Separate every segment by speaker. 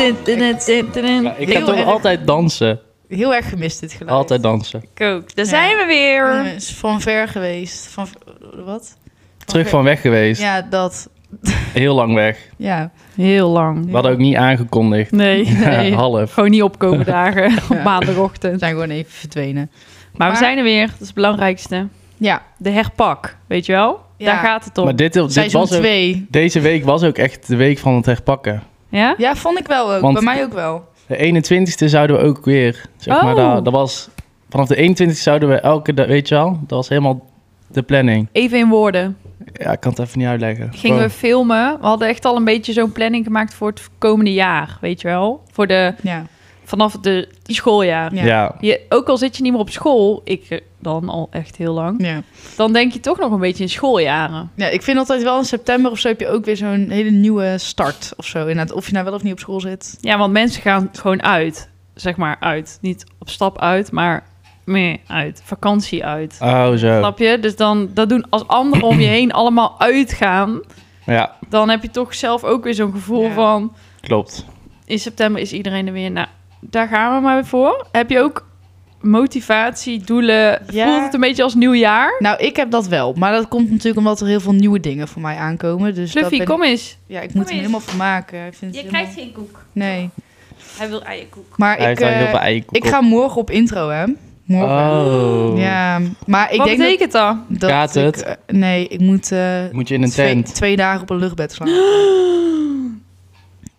Speaker 1: Ja,
Speaker 2: Ik ga
Speaker 1: Heel
Speaker 2: toch
Speaker 1: erg-
Speaker 2: altijd dansen.
Speaker 1: Heel erg gemist dit geluid.
Speaker 2: Altijd dansen.
Speaker 3: Ik ook. Daar
Speaker 1: Ja.
Speaker 3: zijn we weer.
Speaker 1: Eh, is Van ver geweest. Van wat?
Speaker 2: Terug van weg geweest.
Speaker 1: Ja, dat.
Speaker 2: Heel lang weg.
Speaker 1: Ja.
Speaker 4: Heel lang.
Speaker 2: We hadden ook niet aangekodigd.
Speaker 4: Nee, nee.
Speaker 2: Half.
Speaker 4: gewoon niet opkomen dagen
Speaker 1: Ja.
Speaker 4: op maandagochtend.
Speaker 1: We zijn gewoon even verdwenen.
Speaker 4: Maar we
Speaker 1: Maar-
Speaker 4: zijn er weer. Dat is het belangrijkste.
Speaker 1: Ja.
Speaker 4: De herpak, weet je wel?
Speaker 1: Ja.
Speaker 4: Daar gaat het om.
Speaker 2: Maar dit, dit
Speaker 1: Seizoen
Speaker 2: was ook,
Speaker 1: 2.
Speaker 2: deze week was ook echt de week van het herpakken.
Speaker 4: Ja?
Speaker 1: Ja, vond ik wel ook.
Speaker 2: Want-
Speaker 1: Bij mij ook wel.
Speaker 2: De 21ste zouden we ook weer. Zeg maar,
Speaker 4: Oh.
Speaker 2: daar, dat was, vanaf de 21ste zouden we elke dag, weet je wel, dat was helemaal de planning.
Speaker 4: Even in woorden.
Speaker 2: Ja, ik kan het even niet uitleggen.
Speaker 4: Gingen we
Speaker 2: Gewoon-
Speaker 4: filmen. We hadden echt al een beetje zo'n planning gemaakt voor het komende jaar, weet je wel? Voor de,
Speaker 1: Ja.
Speaker 4: vanaf de schooljaar.
Speaker 1: Ja.
Speaker 2: ja,
Speaker 4: Je, ook al zit je niet meer op school, ik eh, dan al echt heel lang,
Speaker 1: Ja.
Speaker 4: dan denk je toch nog een beetje in schooljaren.
Speaker 1: ja. Ik vind altijd wel in september of zo heb je ook weer zo'n hele nieuwe start of zo. Inderdaad, of je nou wel of niet op school zit.
Speaker 4: Ja, want mensen gaan gewoon uit. Zeg maar uit. Niet op stap uit, maar meer uit. Vakantie uit.
Speaker 2: oh zo.
Speaker 4: Snap je? Dus dan dat doen als anderen om je heen allemaal uitgaan.
Speaker 2: Ja,
Speaker 4: Dan heb je toch zelf ook weer zo'n gevoel
Speaker 1: Ja.
Speaker 4: van...
Speaker 2: klopt.
Speaker 4: In september is iedereen er weer. Nou, daar gaan we maar weer voor. Heb je ook motivatie, doelen?
Speaker 1: Ja.
Speaker 4: Voelt het een beetje als nieuwjaar?
Speaker 1: Nou, ik heb dat wel. Maar dat komt natuurlijk omdat er heel veel nieuwe dingen voor mij aankomen. Dus dat
Speaker 4: Fluffy,
Speaker 1: ben
Speaker 4: kom eens.
Speaker 1: Ik, ja, ik
Speaker 3: Kom
Speaker 1: moet hem
Speaker 3: eens.
Speaker 1: helemaal van maken. Ik vind het helemaal-
Speaker 3: geen koek.
Speaker 1: Nee.
Speaker 3: Hij wil eierkoek.
Speaker 1: Maar
Speaker 2: Hij
Speaker 1: ik,
Speaker 2: heeft al
Speaker 1: eh,
Speaker 2: heel veel eierkoeken
Speaker 1: ik ga morgen op intro, hè? Morgen.
Speaker 2: Oh.
Speaker 1: Ja, maar ik
Speaker 4: Wat
Speaker 1: denk
Speaker 4: betekent dat?
Speaker 1: dat, dat
Speaker 2: Gaat
Speaker 1: ik,
Speaker 2: het?
Speaker 1: eh, nee, ik moet, eh,
Speaker 2: Moet je in een
Speaker 1: twee,
Speaker 2: tent?
Speaker 1: twee dagen op een luchtbed slapen.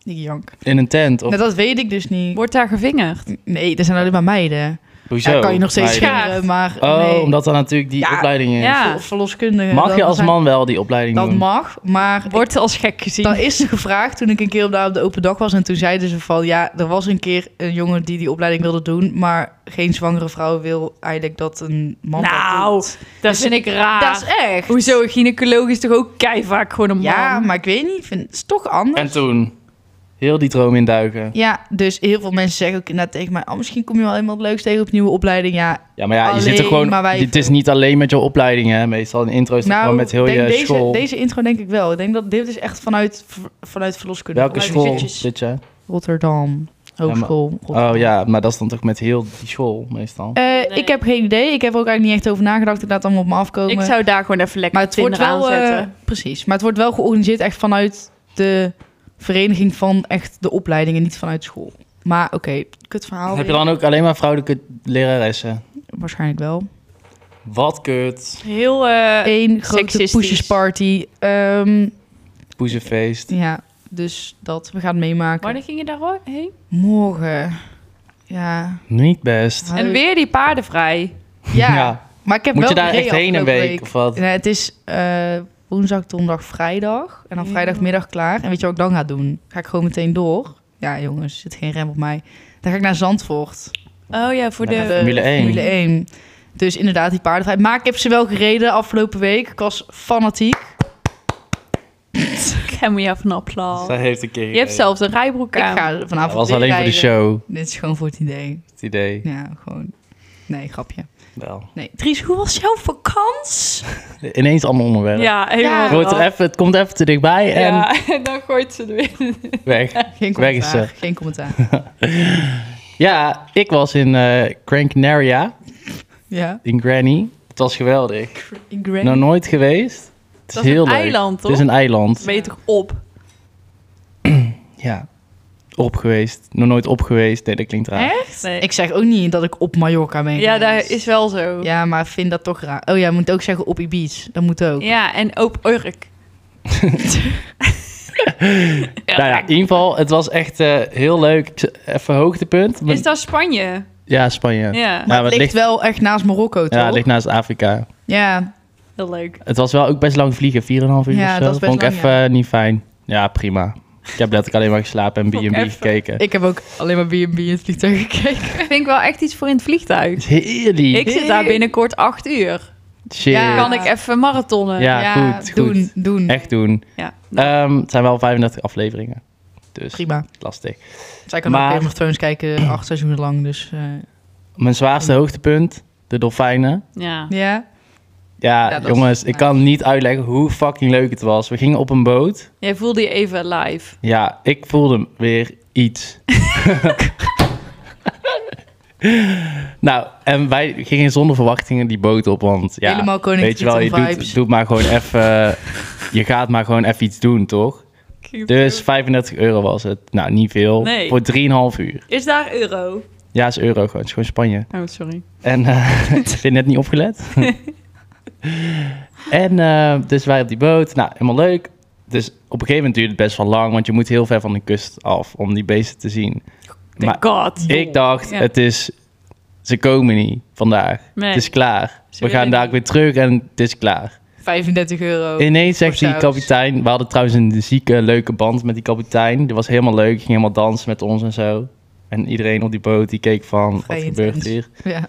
Speaker 1: ik jank.
Speaker 2: In een tent? Of
Speaker 1: Nou, dat weet ik dus niet.
Speaker 4: Wordt daar gevingerd?
Speaker 1: Nee, er zijn alleen maar meiden.
Speaker 2: hoezo?
Speaker 1: Ja, kan je nog steeds
Speaker 2: Meiden.
Speaker 4: Meiden.
Speaker 1: scheren, maar
Speaker 2: Oh,
Speaker 1: nee.
Speaker 2: omdat er natuurlijk die
Speaker 1: Ja.
Speaker 2: opleiding is.
Speaker 4: Ja.
Speaker 1: Ver- verloskundigen,
Speaker 2: Mag
Speaker 1: dat
Speaker 2: je als
Speaker 1: zijn-
Speaker 2: man wel die opleiding
Speaker 1: Dat
Speaker 2: doen?
Speaker 1: mag, maar ik-
Speaker 4: Wordt als gek gezien.
Speaker 1: Dan is ze gevraagd toen ik een keer op de, op de open dag was. En toen zeiden ze van, ja, er was een keer een jongen die die opleiding wilde doen. Maar geen zwangere vrouw wil eigenlijk dat een man dat
Speaker 4: Nou,
Speaker 1: doet.
Speaker 4: dat vind ik raar.
Speaker 1: dat is
Speaker 2: ah.
Speaker 1: echt.
Speaker 4: Hoezo, een gynaecoloog is toch ook kei vaak gewoon een man?
Speaker 1: Ja, maar ik weet niet. ik Vind, het is toch anders.
Speaker 2: En toen? Heel die droom induiken.
Speaker 1: Ja, dus heel veel mensen zeggen ook inderdaad tegen mij... Oh, misschien kom je wel helemaal het leukste tegen op een nieuwe opleiding. Ja,
Speaker 2: Ja, maar ja, je zit er
Speaker 1: Alleen
Speaker 2: gewoon...
Speaker 1: maar wijven.
Speaker 2: Het is niet alleen met je opleiding, hè. Meestal een intro is het
Speaker 1: nou,
Speaker 2: gewoon met heel
Speaker 1: denk
Speaker 2: je
Speaker 1: deze,
Speaker 2: school.
Speaker 1: deze intro denk ik wel. Ik denk dat dit is echt vanuit, v- vanuit verloskunde.
Speaker 2: Welke
Speaker 1: Vanuit
Speaker 2: school
Speaker 1: zitjes.
Speaker 2: zit je?
Speaker 1: Rotterdam. Hogeschool.
Speaker 2: Oh
Speaker 1: Rotterdam.
Speaker 2: ja, maar dat is dan toch met heel die school meestal.
Speaker 1: Eh,
Speaker 3: Nee.
Speaker 1: Ik heb geen idee. Ik heb er ook eigenlijk niet echt over nagedacht. Ik laat het allemaal op me afkomen.
Speaker 4: Ik zou daar gewoon even lekker
Speaker 1: Maar het wordt wel eh,
Speaker 4: aanzetten.
Speaker 1: precies. Maar het wordt wel georganiseerd echt vanuit de vereniging van echt de opleidingen, niet vanuit school. Maar oké, kut verhaal.
Speaker 2: Heb je
Speaker 1: weer.
Speaker 2: dan ook alleen maar vrouwelijke leraressen?
Speaker 1: Waarschijnlijk wel.
Speaker 2: Wat kut.
Speaker 4: Heel... eh,
Speaker 1: Eén grote
Speaker 4: seksistisch.
Speaker 1: poesjesparty. Ehm,
Speaker 2: Poezenfeest.
Speaker 1: ja, dus dat we gaan meemaken.
Speaker 4: Wanneer ging je daar heen?
Speaker 1: Morgen. Ja.
Speaker 2: Niet best.
Speaker 1: Hui.
Speaker 4: En weer die paardenvrij.
Speaker 1: Ja, maar ik heb
Speaker 2: Moet
Speaker 1: wel
Speaker 2: je daar echt
Speaker 1: gereden
Speaker 2: heen een
Speaker 1: afgelopen
Speaker 2: week, of wat?
Speaker 1: Nee, het is eh, woensdag, donderdag, vrijdag. En dan
Speaker 4: Ja.
Speaker 1: vrijdagmiddag klaar. En weet je wat ik dan ga doen? Ga ik gewoon meteen door. Ja, jongens, er zit geen rem op mij. Dan ga ik naar Zandvoort.
Speaker 4: Oh ja, voor
Speaker 2: Naar
Speaker 4: de...
Speaker 2: de Formule 1.
Speaker 1: Formule 1. Dus inderdaad, die paardenvrij. Maar ik heb ze wel gereden afgelopen week. Ik was fanatiek.
Speaker 4: Ik geef me even een applaus.
Speaker 2: Zij heeft een keer.
Speaker 4: Je hebt zelfs een rijbroek aan.
Speaker 1: Ik ga
Speaker 2: Dat
Speaker 1: vanavond
Speaker 2: was
Speaker 1: weer
Speaker 2: alleen voor de
Speaker 1: rijden.
Speaker 2: show,
Speaker 1: Dit is gewoon voor het idee.
Speaker 2: het idee.
Speaker 1: Ja, gewoon... Nee, grapje.
Speaker 2: Wel.
Speaker 1: Nee. Dries, hoe was jouw vakantie?
Speaker 2: Ineens allemaal onderwerp.
Speaker 4: Ja, helemaal.
Speaker 1: Ja.
Speaker 2: Wordt er even, het komt even te dichtbij en
Speaker 4: Ja, en dan gooit ze er weer.
Speaker 2: weg.
Speaker 1: Geen
Speaker 2: Weg is eh.
Speaker 1: commentaar. Geen commentaar.
Speaker 2: Ja, ik was in eh Gran Canaria,
Speaker 1: ja.
Speaker 2: in Granny. Het was geweldig.
Speaker 1: In Grand.
Speaker 2: Nog nooit geweest. Het is
Speaker 4: Dat is
Speaker 2: heel
Speaker 4: een
Speaker 2: leuk.
Speaker 4: eiland,
Speaker 2: Het
Speaker 4: toch?
Speaker 2: is een eiland.
Speaker 4: Ben je toch op?
Speaker 2: Ja. Op geweest. Nog nooit op geweest. Nee, dat klinkt raar.
Speaker 4: Echt? Nee.
Speaker 1: Ik zeg ook niet dat ik op Mallorca ben
Speaker 4: Ja, daar
Speaker 1: geweest.
Speaker 4: is wel zo. Ja,
Speaker 1: Ja, maar vind dat toch raar. Oh ja, je moet ook zeggen op Ibiza. Dat moet ook.
Speaker 4: en op Urk. Ja,
Speaker 2: nou ja, in ieder geval, het was echt eh, heel leuk. Ik z- Even hoogtepunt. Mijn-
Speaker 4: Is dat Spanje?
Speaker 2: Ja, Spanje.
Speaker 4: Ja,
Speaker 2: Maar
Speaker 1: Het
Speaker 2: het
Speaker 1: ligt,
Speaker 2: ligt,
Speaker 1: wel echt naast Marokko, toch?
Speaker 2: ja, het ligt naast Afrika.
Speaker 1: Ja,
Speaker 4: heel leuk.
Speaker 2: Het was wel ook best lang vliegen, 4,5 uur of zo.
Speaker 1: Ja, dat is best
Speaker 2: Vond ik
Speaker 1: lang,
Speaker 2: even eh, niet fijn. Ja, prima. Ik heb letterlijk alleen maar geslapen en
Speaker 4: Vond ik
Speaker 2: B&B
Speaker 4: even.
Speaker 2: gekeken.
Speaker 1: ik heb ook alleen maar B&B in het vliegtuig gekeken.
Speaker 4: Vind ik wel echt iets voor in het vliegtuig.
Speaker 2: Het is Heerlijk.
Speaker 4: Ik zit daar binnenkort acht uur.
Speaker 2: Shit.
Speaker 1: Ja.
Speaker 2: Ja,
Speaker 4: Kan ik even marathonnen?
Speaker 2: goed, goed.
Speaker 1: doen, doen.
Speaker 2: Echt doen.
Speaker 4: Ja.
Speaker 2: Ehm, het zijn wel 35 afleveringen. Dus
Speaker 1: Prima.
Speaker 2: lastig.
Speaker 1: Zij kan
Speaker 2: Maar-
Speaker 1: ook Game of Thrones kijken acht seizoenen lang, dus... eh,
Speaker 2: Mijn zwaarste hoogtepunt, de dolfijnen.
Speaker 4: Ja.
Speaker 1: ja.
Speaker 2: Ja,
Speaker 1: Ja, dat is-
Speaker 2: jongens, ik
Speaker 1: nee.
Speaker 2: kan niet uitleggen hoe fucking leuk het was. We gingen op een boot.
Speaker 4: Jij voelde je even live.
Speaker 2: Ja, ik voelde weer iets. nou, en wij gingen zonder verwachtingen die boot op, want ja,
Speaker 1: Helemaal koning
Speaker 2: weet je wel, je
Speaker 1: Triton
Speaker 2: doet,
Speaker 1: vibes.
Speaker 2: doet maar gewoon even, je gaat maar gewoon even iets doen, toch? Dus 35 euro was het. Nou, niet veel.
Speaker 4: Nee.
Speaker 2: Voor 3,5 uur.
Speaker 3: Is daar euro?
Speaker 2: Ja, is euro gewoon. Het is gewoon Spanje.
Speaker 4: Oh, sorry.
Speaker 2: En eh ik vind net niet opgelet. en eh, dus wij op die boot. Nou, helemaal leuk. Dus op een gegeven moment duurt het best wel lang, want je moet heel ver van de kust af om die beesten te zien. Maar
Speaker 4: Thank God.
Speaker 2: ik dacht,
Speaker 4: Ja.
Speaker 2: het is, ze komen niet vandaag.
Speaker 4: Nee.
Speaker 2: Het is klaar.
Speaker 4: Ze
Speaker 2: We
Speaker 4: willen
Speaker 2: gaan daar weer terug en het is klaar.
Speaker 1: 35 euro.
Speaker 2: Ineens zegt
Speaker 1: voor
Speaker 2: die
Speaker 1: saus.
Speaker 2: kapitein, we hadden trouwens een zieke leuke band met die kapitein. Die was helemaal leuk, ging helemaal dansen met ons en zo. En iedereen op die boot die keek van, wat
Speaker 1: Vrij
Speaker 2: gebeurt
Speaker 1: intens.
Speaker 2: hier?
Speaker 1: Ja.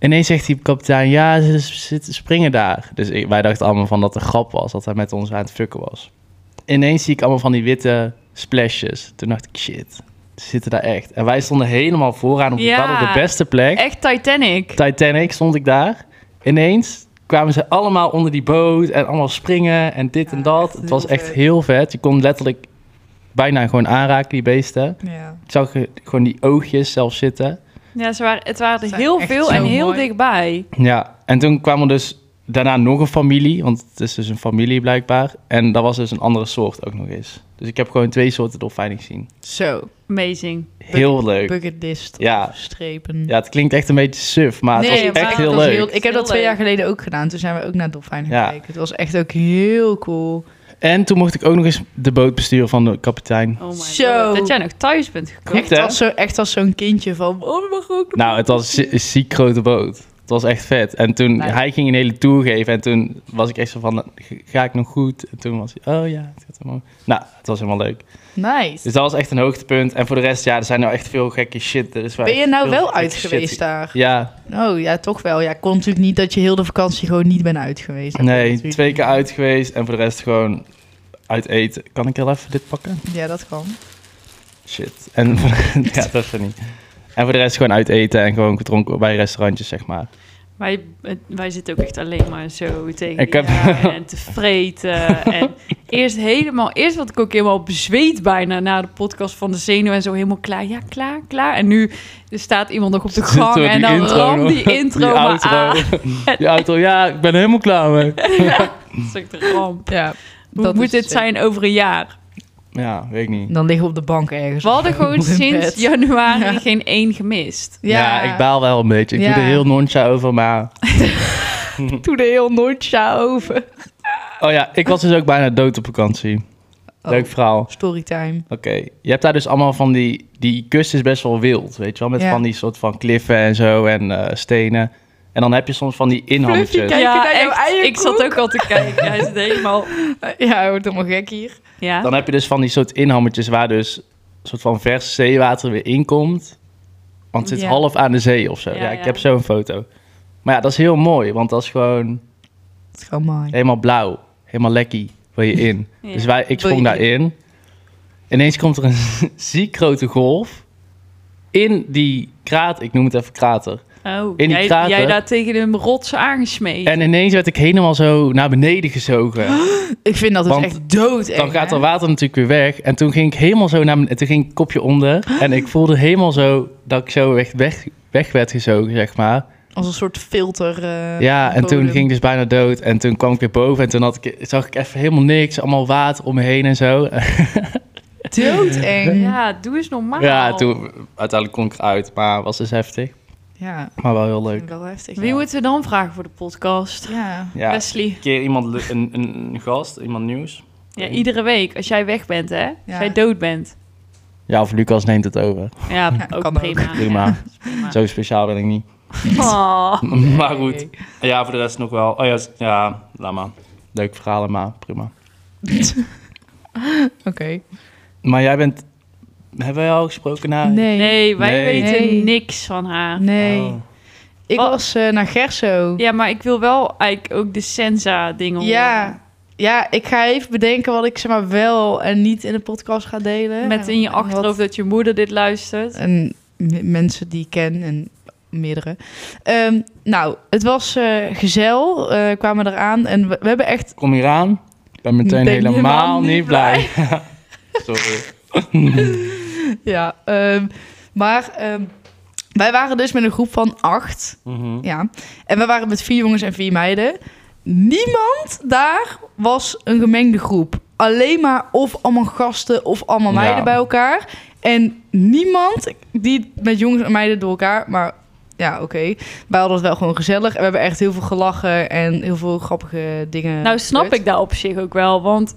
Speaker 2: Ineens zegt die kapitein, ja, ze zitten springen daar. Dus ik- wij dachten allemaal van dat het een grap was, dat hij met ons aan het fucken was. Ineens zie ik allemaal van die witte splashes. Toen dacht ik, shit, ze zitten daar echt. En wij stonden helemaal vooraan op die
Speaker 4: Ja.
Speaker 2: padden, de beste plek.
Speaker 4: Echt Titanic.
Speaker 2: Titanic stond ik daar. Ineens kwamen ze allemaal onder die boot en allemaal springen en dit en
Speaker 1: Ja,
Speaker 2: dat.
Speaker 1: Ah, echt
Speaker 2: Het was
Speaker 1: heel
Speaker 2: echt
Speaker 1: vet.
Speaker 2: heel vet. Je kon letterlijk bijna gewoon aanraken, die beesten.
Speaker 1: ja.
Speaker 2: Ik zag eh, gewoon die oogjes zelf zitten.
Speaker 4: Ja, ze waren, het waren
Speaker 1: Ze
Speaker 4: er
Speaker 1: zijn
Speaker 4: heel
Speaker 1: echt
Speaker 4: veel
Speaker 1: zo
Speaker 4: en heel
Speaker 1: mooi.
Speaker 4: dichtbij.
Speaker 2: Ja, en toen kwam er dus daarna nog een familie, want het is dus een familie blijkbaar. En dat was dus een andere soort ook nog eens. Dus ik heb gewoon twee soorten dolfijnen gezien.
Speaker 1: Zo,
Speaker 4: Amazing.
Speaker 2: Heel leuk.
Speaker 1: bucketlist.
Speaker 2: Ja.
Speaker 1: Strepen.
Speaker 2: Ja, het klinkt echt een beetje suf, maar Ah, het
Speaker 1: Nee,
Speaker 2: was
Speaker 1: maar
Speaker 2: echt
Speaker 1: het
Speaker 2: heel
Speaker 1: was
Speaker 2: leuk.
Speaker 1: ik heb dat
Speaker 4: Heel
Speaker 1: twee
Speaker 4: leuk.
Speaker 1: jaar geleden ook gedaan. Toen zijn we ook naar Dolfijn
Speaker 2: Ja.
Speaker 1: gaan kijken. Het was echt ook heel cool.
Speaker 2: En toen mocht ik ook nog eens de boot besturen van de kapitein.
Speaker 4: Oh my
Speaker 1: Zo.
Speaker 4: god. Dat jij nog thuis bent gekomen.
Speaker 2: Echt,
Speaker 1: Echt,
Speaker 2: hè?
Speaker 1: als zo, echt als zo'n kindje van... Oh, dat mag ook.
Speaker 2: Nou, het was een zie- ziek grote boot. Het was echt vet. En toen,
Speaker 4: Leuk.
Speaker 2: hij ging een hele tour geven. En toen was ik echt zo van, ga ik nog goed? En toen was hij, oh ja, het gaat helemaal... Nou, het was helemaal leuk.
Speaker 1: Nice.
Speaker 2: Dus dat was echt een hoogtepunt. En voor de rest, ja, er zijn nou echt veel gekke shit. Er is wel
Speaker 1: Ben
Speaker 2: echt
Speaker 1: je nou
Speaker 2: veel
Speaker 1: wel
Speaker 2: gekke
Speaker 1: uit
Speaker 2: shit.
Speaker 1: geweest daar?
Speaker 2: Ja,
Speaker 1: Oh, ja, toch wel. Ja, kon natuurlijk niet dat je heel de vakantie gewoon niet bent uit geweest. Dat kan
Speaker 2: nee,
Speaker 1: natuurlijk
Speaker 2: twee
Speaker 1: niet.
Speaker 2: keer uit geweest. En voor de rest gewoon uit eten. Kan ik heel even dit pakken?
Speaker 1: Ja, dat kan.
Speaker 2: Shit. En voor- ja, dat is er niet. En voor de rest gewoon uit eten en gewoon gedronken bij restaurantjes, zeg maar.
Speaker 4: Wij, wij zitten ook echt alleen maar zo tegen
Speaker 2: Ik
Speaker 4: die
Speaker 2: heb-
Speaker 4: jaren en te vreten. en eerst helemaal, eerst wat ik ook helemaal bezweet bijna na de podcast van de zenuw en zo helemaal klaar. Ja, klaar, klaar. En nu er staat iemand nog op de
Speaker 2: Zitten
Speaker 4: gang
Speaker 2: we
Speaker 4: en dan
Speaker 2: intro
Speaker 4: ram
Speaker 2: nog-
Speaker 4: die intro
Speaker 2: die
Speaker 4: maar
Speaker 2: outro.
Speaker 4: aan.
Speaker 2: Die auto, ja, ik ben er helemaal klaar mee.
Speaker 4: Dat is echt een ramp.
Speaker 1: Ja.
Speaker 4: Hoe
Speaker 1: Dat
Speaker 4: moet
Speaker 1: is
Speaker 4: dit
Speaker 1: het
Speaker 4: zijn over een jaar?
Speaker 2: Ja, weet ik niet.
Speaker 1: Dan liggen we op de bank ergens.
Speaker 4: We hadden gewoon
Speaker 1: In
Speaker 4: sinds
Speaker 1: bed.
Speaker 4: januari
Speaker 1: Ja.
Speaker 4: geen één gemist.
Speaker 2: Ja, ik baal wel een beetje. Ik
Speaker 1: Ja.
Speaker 2: doe er heel nonchalant over, maar...
Speaker 1: toen er heel nooit over.
Speaker 2: Oh ja, ik was dus ook bijna dood op vakantie.
Speaker 1: Oh.
Speaker 2: Leuk verhaal.
Speaker 1: Storytime.
Speaker 2: Oké, je hebt daar dus allemaal van die... Die kust is best wel wild, weet je wel? Met
Speaker 1: Ja.
Speaker 2: van die soort van kliffen en zo en eh, stenen. En dan heb je soms van die inhammetjes.
Speaker 1: Kijken naar jouw eigen
Speaker 4: Ik zat ook al te kijken. Hij zit helemaal...
Speaker 1: Ja, hij wordt helemaal gek hier.
Speaker 4: Ja.
Speaker 2: Dan heb je dus van die soort inhammetjes waar dus... soort van vers zeewater weer inkomt. Want het zit
Speaker 1: Ja.
Speaker 2: half aan de zee of zo. Ja,
Speaker 4: Ja,
Speaker 2: ik
Speaker 4: ja.
Speaker 2: heb zo'n foto. Maar ja, dat is heel mooi, want dat is gewoon...
Speaker 1: Het is gewoon mooi.
Speaker 2: helemaal blauw, helemaal lekkie wil je in.
Speaker 4: Ja.
Speaker 2: Dus wij, ik
Speaker 1: Wil je
Speaker 2: sprong daarin. Ineens komt er een ziek grote golf in die krater, ik noem het even krater.
Speaker 4: Oh,
Speaker 2: In die
Speaker 4: jij,
Speaker 2: krater.
Speaker 4: jij daar tegen een rots aangesmeten.
Speaker 2: En ineens werd ik helemaal zo naar beneden gezogen.
Speaker 1: Ik vind dat het
Speaker 2: Want
Speaker 1: echt dood
Speaker 2: Dan gaat er water natuurlijk weer weg. En toen ging ik helemaal zo naar beneden, toen ging ik kopje onder. En ik voelde helemaal zo dat ik zo weg, weg, weg werd gezogen, zeg maar.
Speaker 1: Als een soort filter. eh,
Speaker 2: Ja, en toen
Speaker 1: bodem.
Speaker 2: ging ik dus bijna dood. En toen kwam ik weer boven en toen had ik, zag ik even helemaal niks. Allemaal water om me heen en zo.
Speaker 1: doodeng. Ja.
Speaker 4: Ja, doe eens normaal.
Speaker 2: Ja, toen uiteindelijk kon ik eruit, maar was dus heftig.
Speaker 1: ja,
Speaker 2: Maar wel heel
Speaker 1: vind
Speaker 2: leuk.
Speaker 1: ik wel heftig.
Speaker 4: Wie
Speaker 1: ja.
Speaker 4: moeten we dan vragen voor de podcast?
Speaker 1: Ja.
Speaker 2: Ja,
Speaker 4: Wesley.
Speaker 2: een keer iemand, le- een, een, een gast, iemand nieuws.
Speaker 4: Ja, iedere week. Als jij weg bent, hè? Als
Speaker 1: Ja.
Speaker 4: jij dood bent.
Speaker 2: Ja, of Lucas neemt het over.
Speaker 4: Ja,
Speaker 1: kan
Speaker 4: ook
Speaker 1: ook.
Speaker 4: prima.
Speaker 2: Prima.
Speaker 4: Ja, is
Speaker 1: Ah.
Speaker 4: prima.
Speaker 2: Zo speciaal ben ik niet.
Speaker 4: Oh.
Speaker 2: Maar goed. Ja, voor de rest nog wel. Oh ja, s- ja laat maar. Leuk verhalen, maar prima.
Speaker 1: Oké.
Speaker 2: Maar jij bent... Hebben wij al gesproken na?
Speaker 1: Nee.
Speaker 4: Nee, wij
Speaker 2: Nee.
Speaker 4: weten
Speaker 1: Nee.
Speaker 4: niks van haar.
Speaker 1: Nee.
Speaker 2: Oh.
Speaker 1: Ik
Speaker 4: Wat?
Speaker 1: was eh, naar Gerso.
Speaker 4: Ja, maar ik wil wel eigenlijk ook de Senza-dingen horen.
Speaker 1: Ja. Ja, ik ga even bedenken wat ik zeg maar wel en niet in de podcast ga delen.
Speaker 4: Met in je
Speaker 1: En wat-
Speaker 4: achterhoofd dat je moeder dit luistert.
Speaker 1: En m- mensen die ik ken en meerdere. Ehm, nou, het was eh, gezel, eh, kwamen eraan. En we, we hebben echt
Speaker 2: Kom hier aan. Ik ben meteen
Speaker 1: Ben
Speaker 2: helemaal,
Speaker 1: helemaal
Speaker 2: niet
Speaker 1: niet
Speaker 2: blij. Sorry.
Speaker 1: Ja, ehm, maar ehm, wij waren dus met een groep van acht.
Speaker 2: Mhm.
Speaker 1: Ja. En we waren met vier jongens en vier meiden. Niemand daar was een gemengde groep. Alleen maar of allemaal gasten of allemaal
Speaker 2: Ja.
Speaker 1: meiden bij elkaar. En niemand die met jongens en meiden door elkaar. Maar ja, oké. Wij hadden het wel gewoon gezellig. En we hebben echt heel veel gelachen en heel veel grappige dingen.
Speaker 4: Nou, snap
Speaker 1: gebeurd.
Speaker 4: ik daar op zich ook wel. Want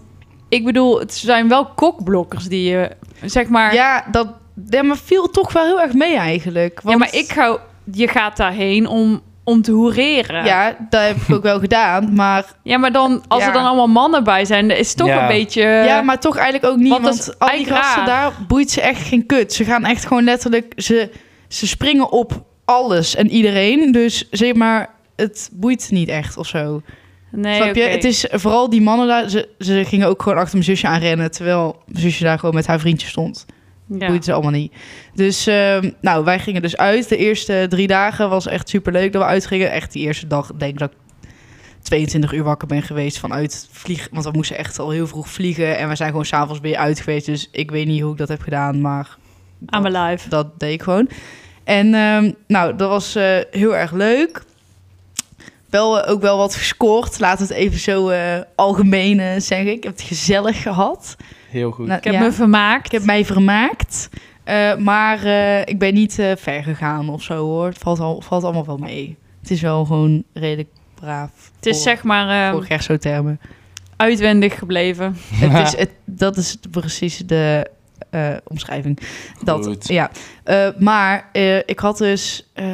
Speaker 4: ik bedoel, het zijn wel kokblokkers die je, zeg maar...
Speaker 1: Ja, dat ja, maar viel toch wel heel erg mee eigenlijk.
Speaker 4: Ja,
Speaker 1: Want-
Speaker 4: maar ik ga, je gaat daarheen om, om te hoereren.
Speaker 1: Ja, dat heb ik ook wel gedaan. Maar
Speaker 4: Ja, maar dan, als
Speaker 1: Ja.
Speaker 4: er dan allemaal mannen bij zijn, dan is het toch
Speaker 2: Ja.
Speaker 4: een beetje...
Speaker 1: Ja, maar toch eigenlijk ook niet.
Speaker 4: Eh, Want
Speaker 1: Want,
Speaker 4: dat is
Speaker 1: al die
Speaker 4: eigenlijk
Speaker 1: gasten daar boeit ze echt geen kut. Ze gaan echt gewoon letterlijk... Ze, ze springen op alles en iedereen. Dus zeg maar, het boeit niet echt of zo.
Speaker 4: eh, nee,
Speaker 1: Snap je?
Speaker 4: oké.
Speaker 1: Het is vooral die mannen daar... Ze, ze gingen ook gewoon achter mijn zusje aan rennen... terwijl mijn zusje daar gewoon met haar vriendje stond.
Speaker 4: Ja.
Speaker 1: Boeit ze allemaal niet. Dus ehm, nou, wij gingen dus uit. De eerste drie dagen was echt superleuk dat we uitgingen. Echt die eerste dag denk ik dat ik 22 uur wakker ben geweest vanuit vliegen. Want we moesten echt al heel vroeg vliegen. En we zijn gewoon s'avonds weer uit geweest. Dus ik weet niet hoe ik dat heb gedaan, maar
Speaker 4: I'm alive.
Speaker 1: dat deed ik gewoon. En ehm, nou, dat was eh, heel erg leuk. Wel eh, ook wel wat gescoord. Laten we het even zo eh algemeen eh, zeggen. Ik heb het gezellig gehad.
Speaker 2: Heel goed.
Speaker 1: Nou,
Speaker 4: Ik heb
Speaker 1: ja.
Speaker 4: me vermaakt.
Speaker 1: Ik heb mij vermaakt. eh, maar eh, ik ben niet eh, ver gegaan of zo hoor. Het valt, al, valt allemaal wel mee. Het is wel gewoon redelijk braaf.
Speaker 4: het is
Speaker 1: voor,
Speaker 4: zeg maar
Speaker 1: voor
Speaker 4: eh,
Speaker 1: Gerso-termen.
Speaker 4: uitwendig gebleven.
Speaker 1: het is, het, dat is precies de eh, omschrijving. Dat,
Speaker 2: Goed.
Speaker 1: Ja. Eh, maar eh, ik had dus eh,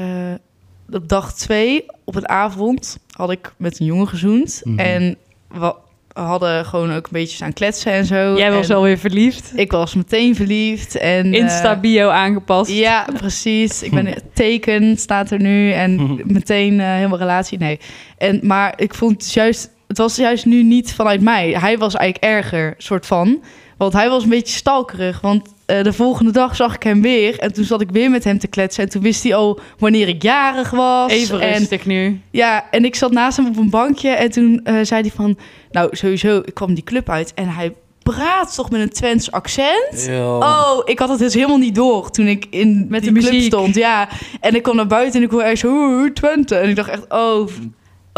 Speaker 1: op dag twee, op een avond, had ik met een jongen gezoend.
Speaker 2: Mhm.
Speaker 1: En we hadden gewoon ook een beetje staan kletsen en zo.
Speaker 4: Jij was
Speaker 1: En
Speaker 4: alweer verliefd.
Speaker 1: Ik was meteen verliefd. En, eh,
Speaker 4: Insta-bio aangepast.
Speaker 1: Ja, precies. Ik ben teken, staat er nu. En meteen eh, helemaal relatie. Nee. En, maar ik vond het juist... Het was juist nu niet vanuit mij. Hij was eigenlijk erger, soort van. Want hij was een beetje stalkerig. Want eh, de volgende dag zag ik hem weer. En toen zat ik weer met hem te kletsen. En toen wist hij al wanneer ik jarig was.
Speaker 4: Even
Speaker 1: en
Speaker 4: rustig nu.
Speaker 1: ja, en ik zat naast hem op een bankje en toen eh, zei hij van... Nou, sowieso, ik kwam die club uit en hij praat toch met een Twents accent?
Speaker 2: Heel-
Speaker 1: Oh, ik had het dus helemaal niet door toen ik in, met
Speaker 4: Die
Speaker 1: die, club
Speaker 4: muziek.
Speaker 1: stond. Ja, en ik kwam naar buiten en ik hoorde echt zo... "Oeh, Twente. En ik dacht echt, oh...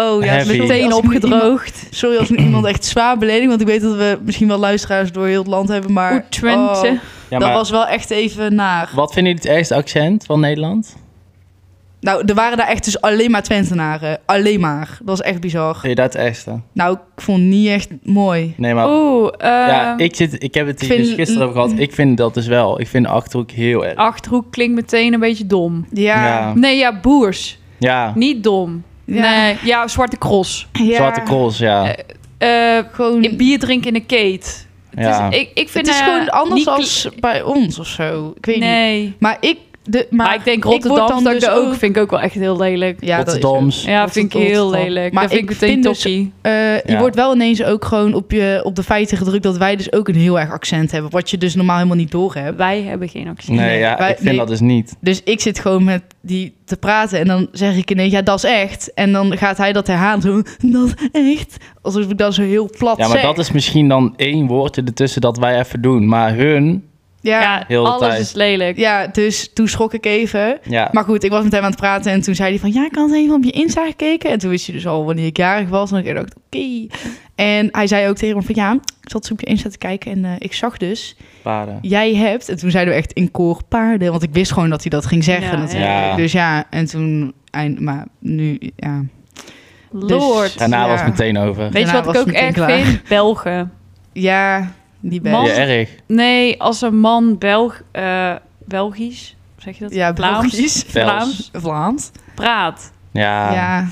Speaker 1: Oh ja,
Speaker 2: Heavy.
Speaker 1: sorry
Speaker 4: Meteen
Speaker 1: als ik nu iemand-
Speaker 4: opgedroogd.
Speaker 1: Sorry als ik nu iemand echt zwaar beledig, want ik weet dat we misschien wel luisteraars door heel het land hebben, maar...
Speaker 4: Oeh, Twente.
Speaker 1: oh,
Speaker 2: ja,
Speaker 1: dat
Speaker 2: maar
Speaker 1: was wel echt even naar.
Speaker 2: Wat vinden jullie het ergste accent van Nederland?
Speaker 1: Nou, er waren daar echt dus alleen maar Twentenaren. Alleen maar. Dat was echt bizar.
Speaker 2: Vind je dat het ergste?
Speaker 1: Nou, ik vond het niet echt mooi.
Speaker 2: Nee, maar
Speaker 4: Oeh, eh,
Speaker 2: Oh. ja, ik, zit, ik heb het
Speaker 1: ehm, ik
Speaker 2: hier dus
Speaker 1: vind- Mm. Ah,
Speaker 2: gisteren over gehad. Ik vind dat dus wel. Ik vind de Achterhoek heel erg.
Speaker 4: Achterhoek klinkt meteen een beetje dom.
Speaker 1: Ja.
Speaker 2: Ja.
Speaker 4: Nee, ja, boers.
Speaker 2: Ja,
Speaker 4: Niet dom.
Speaker 1: Ja.
Speaker 4: Nee, ja, zwarte cross.
Speaker 1: Ja.
Speaker 2: Zwarte Cross, ja.
Speaker 4: Eh, Eh
Speaker 1: Gewoon,
Speaker 4: in bier drinken in de keet. Het
Speaker 2: Ja.
Speaker 4: is, ik, ik vind
Speaker 1: het is
Speaker 4: eh,
Speaker 1: gewoon anders
Speaker 4: niet-
Speaker 1: als bij ons of zo. Ik weet niet.
Speaker 4: Nee.
Speaker 1: Maar ik... De,
Speaker 4: Maar,
Speaker 1: maar,
Speaker 4: ik denk
Speaker 1: word
Speaker 4: Rotterdam
Speaker 1: dan
Speaker 4: dat
Speaker 1: dus
Speaker 4: ik ook, vind ik ook wel echt heel lelijk.
Speaker 1: Ja, dat is ook-
Speaker 2: Rotterdams.
Speaker 4: Ja,
Speaker 1: Dat
Speaker 4: vind
Speaker 1: is
Speaker 4: ik heel
Speaker 1: Rotterdam.
Speaker 4: lelijk.
Speaker 1: Maar
Speaker 4: Maar vind ik
Speaker 1: ik
Speaker 4: meteen
Speaker 1: vind dus-
Speaker 4: tokkie.
Speaker 1: Eh,
Speaker 2: Ja.
Speaker 1: Je wordt wel ineens ook gewoon op, je, op de feiten gedrukt... dat wij dus ook een heel erg accent hebben. Wat je dus normaal helemaal niet door hebt.
Speaker 4: Wij hebben geen actie.
Speaker 2: Nee, ja,
Speaker 1: Wij-
Speaker 2: ik vind
Speaker 1: nee.
Speaker 2: dat dus niet.
Speaker 1: Dus ik zit gewoon met die te praten. En dan zeg ik ineens, ja, dat is echt. En dan gaat hij dat herhalen. Zo, dat is echt. Alsof ik dat zo heel plat
Speaker 2: Ja, maar
Speaker 1: zeg.
Speaker 2: dat is misschien dan één woordje ertussen dat wij even doen. Maar hun,
Speaker 1: Ja,
Speaker 4: Ja,
Speaker 2: Heel de
Speaker 4: alles
Speaker 2: tijd.
Speaker 4: is lelijk.
Speaker 1: ja, dus toen schrok ik even.
Speaker 2: ja.
Speaker 1: Maar goed, ik was met hem aan het praten en toen zei hij van... ja, ik had even op je Insta gekeken. En toen wist hij dus al wanneer ik jarig was. En ik dacht, oké. En hij zei ook tegen me van... ja, ik zat zo op je Insta te kijken en eh, ik zag dus...
Speaker 2: paarden.
Speaker 1: jij hebt... En toen zeiden we echt in koor paarden. Want ik wist gewoon dat hij dat ging zeggen
Speaker 4: Ja,
Speaker 1: natuurlijk.
Speaker 2: ja.
Speaker 1: Dus ja, en toen... eind- Maar nu, ja.
Speaker 4: Lord.
Speaker 1: Dus-
Speaker 2: Daarna
Speaker 1: Ja.
Speaker 2: was het meteen over.
Speaker 4: Weet je
Speaker 1: Daarna
Speaker 4: wat ik
Speaker 1: was
Speaker 4: ook
Speaker 1: het meteen
Speaker 4: erg
Speaker 1: klaar.
Speaker 4: vind? Belgen.
Speaker 1: Ja, die ben
Speaker 4: Man-
Speaker 2: Ja, erg.
Speaker 4: Nee, als een man Belg, eh, Belgisch, zeg je dat?
Speaker 1: Ja,
Speaker 4: Vlaams.
Speaker 1: Belgisch.
Speaker 2: Vels.
Speaker 4: Vlaams
Speaker 1: Vlaams.
Speaker 4: praat.
Speaker 2: Ja.
Speaker 1: Ja.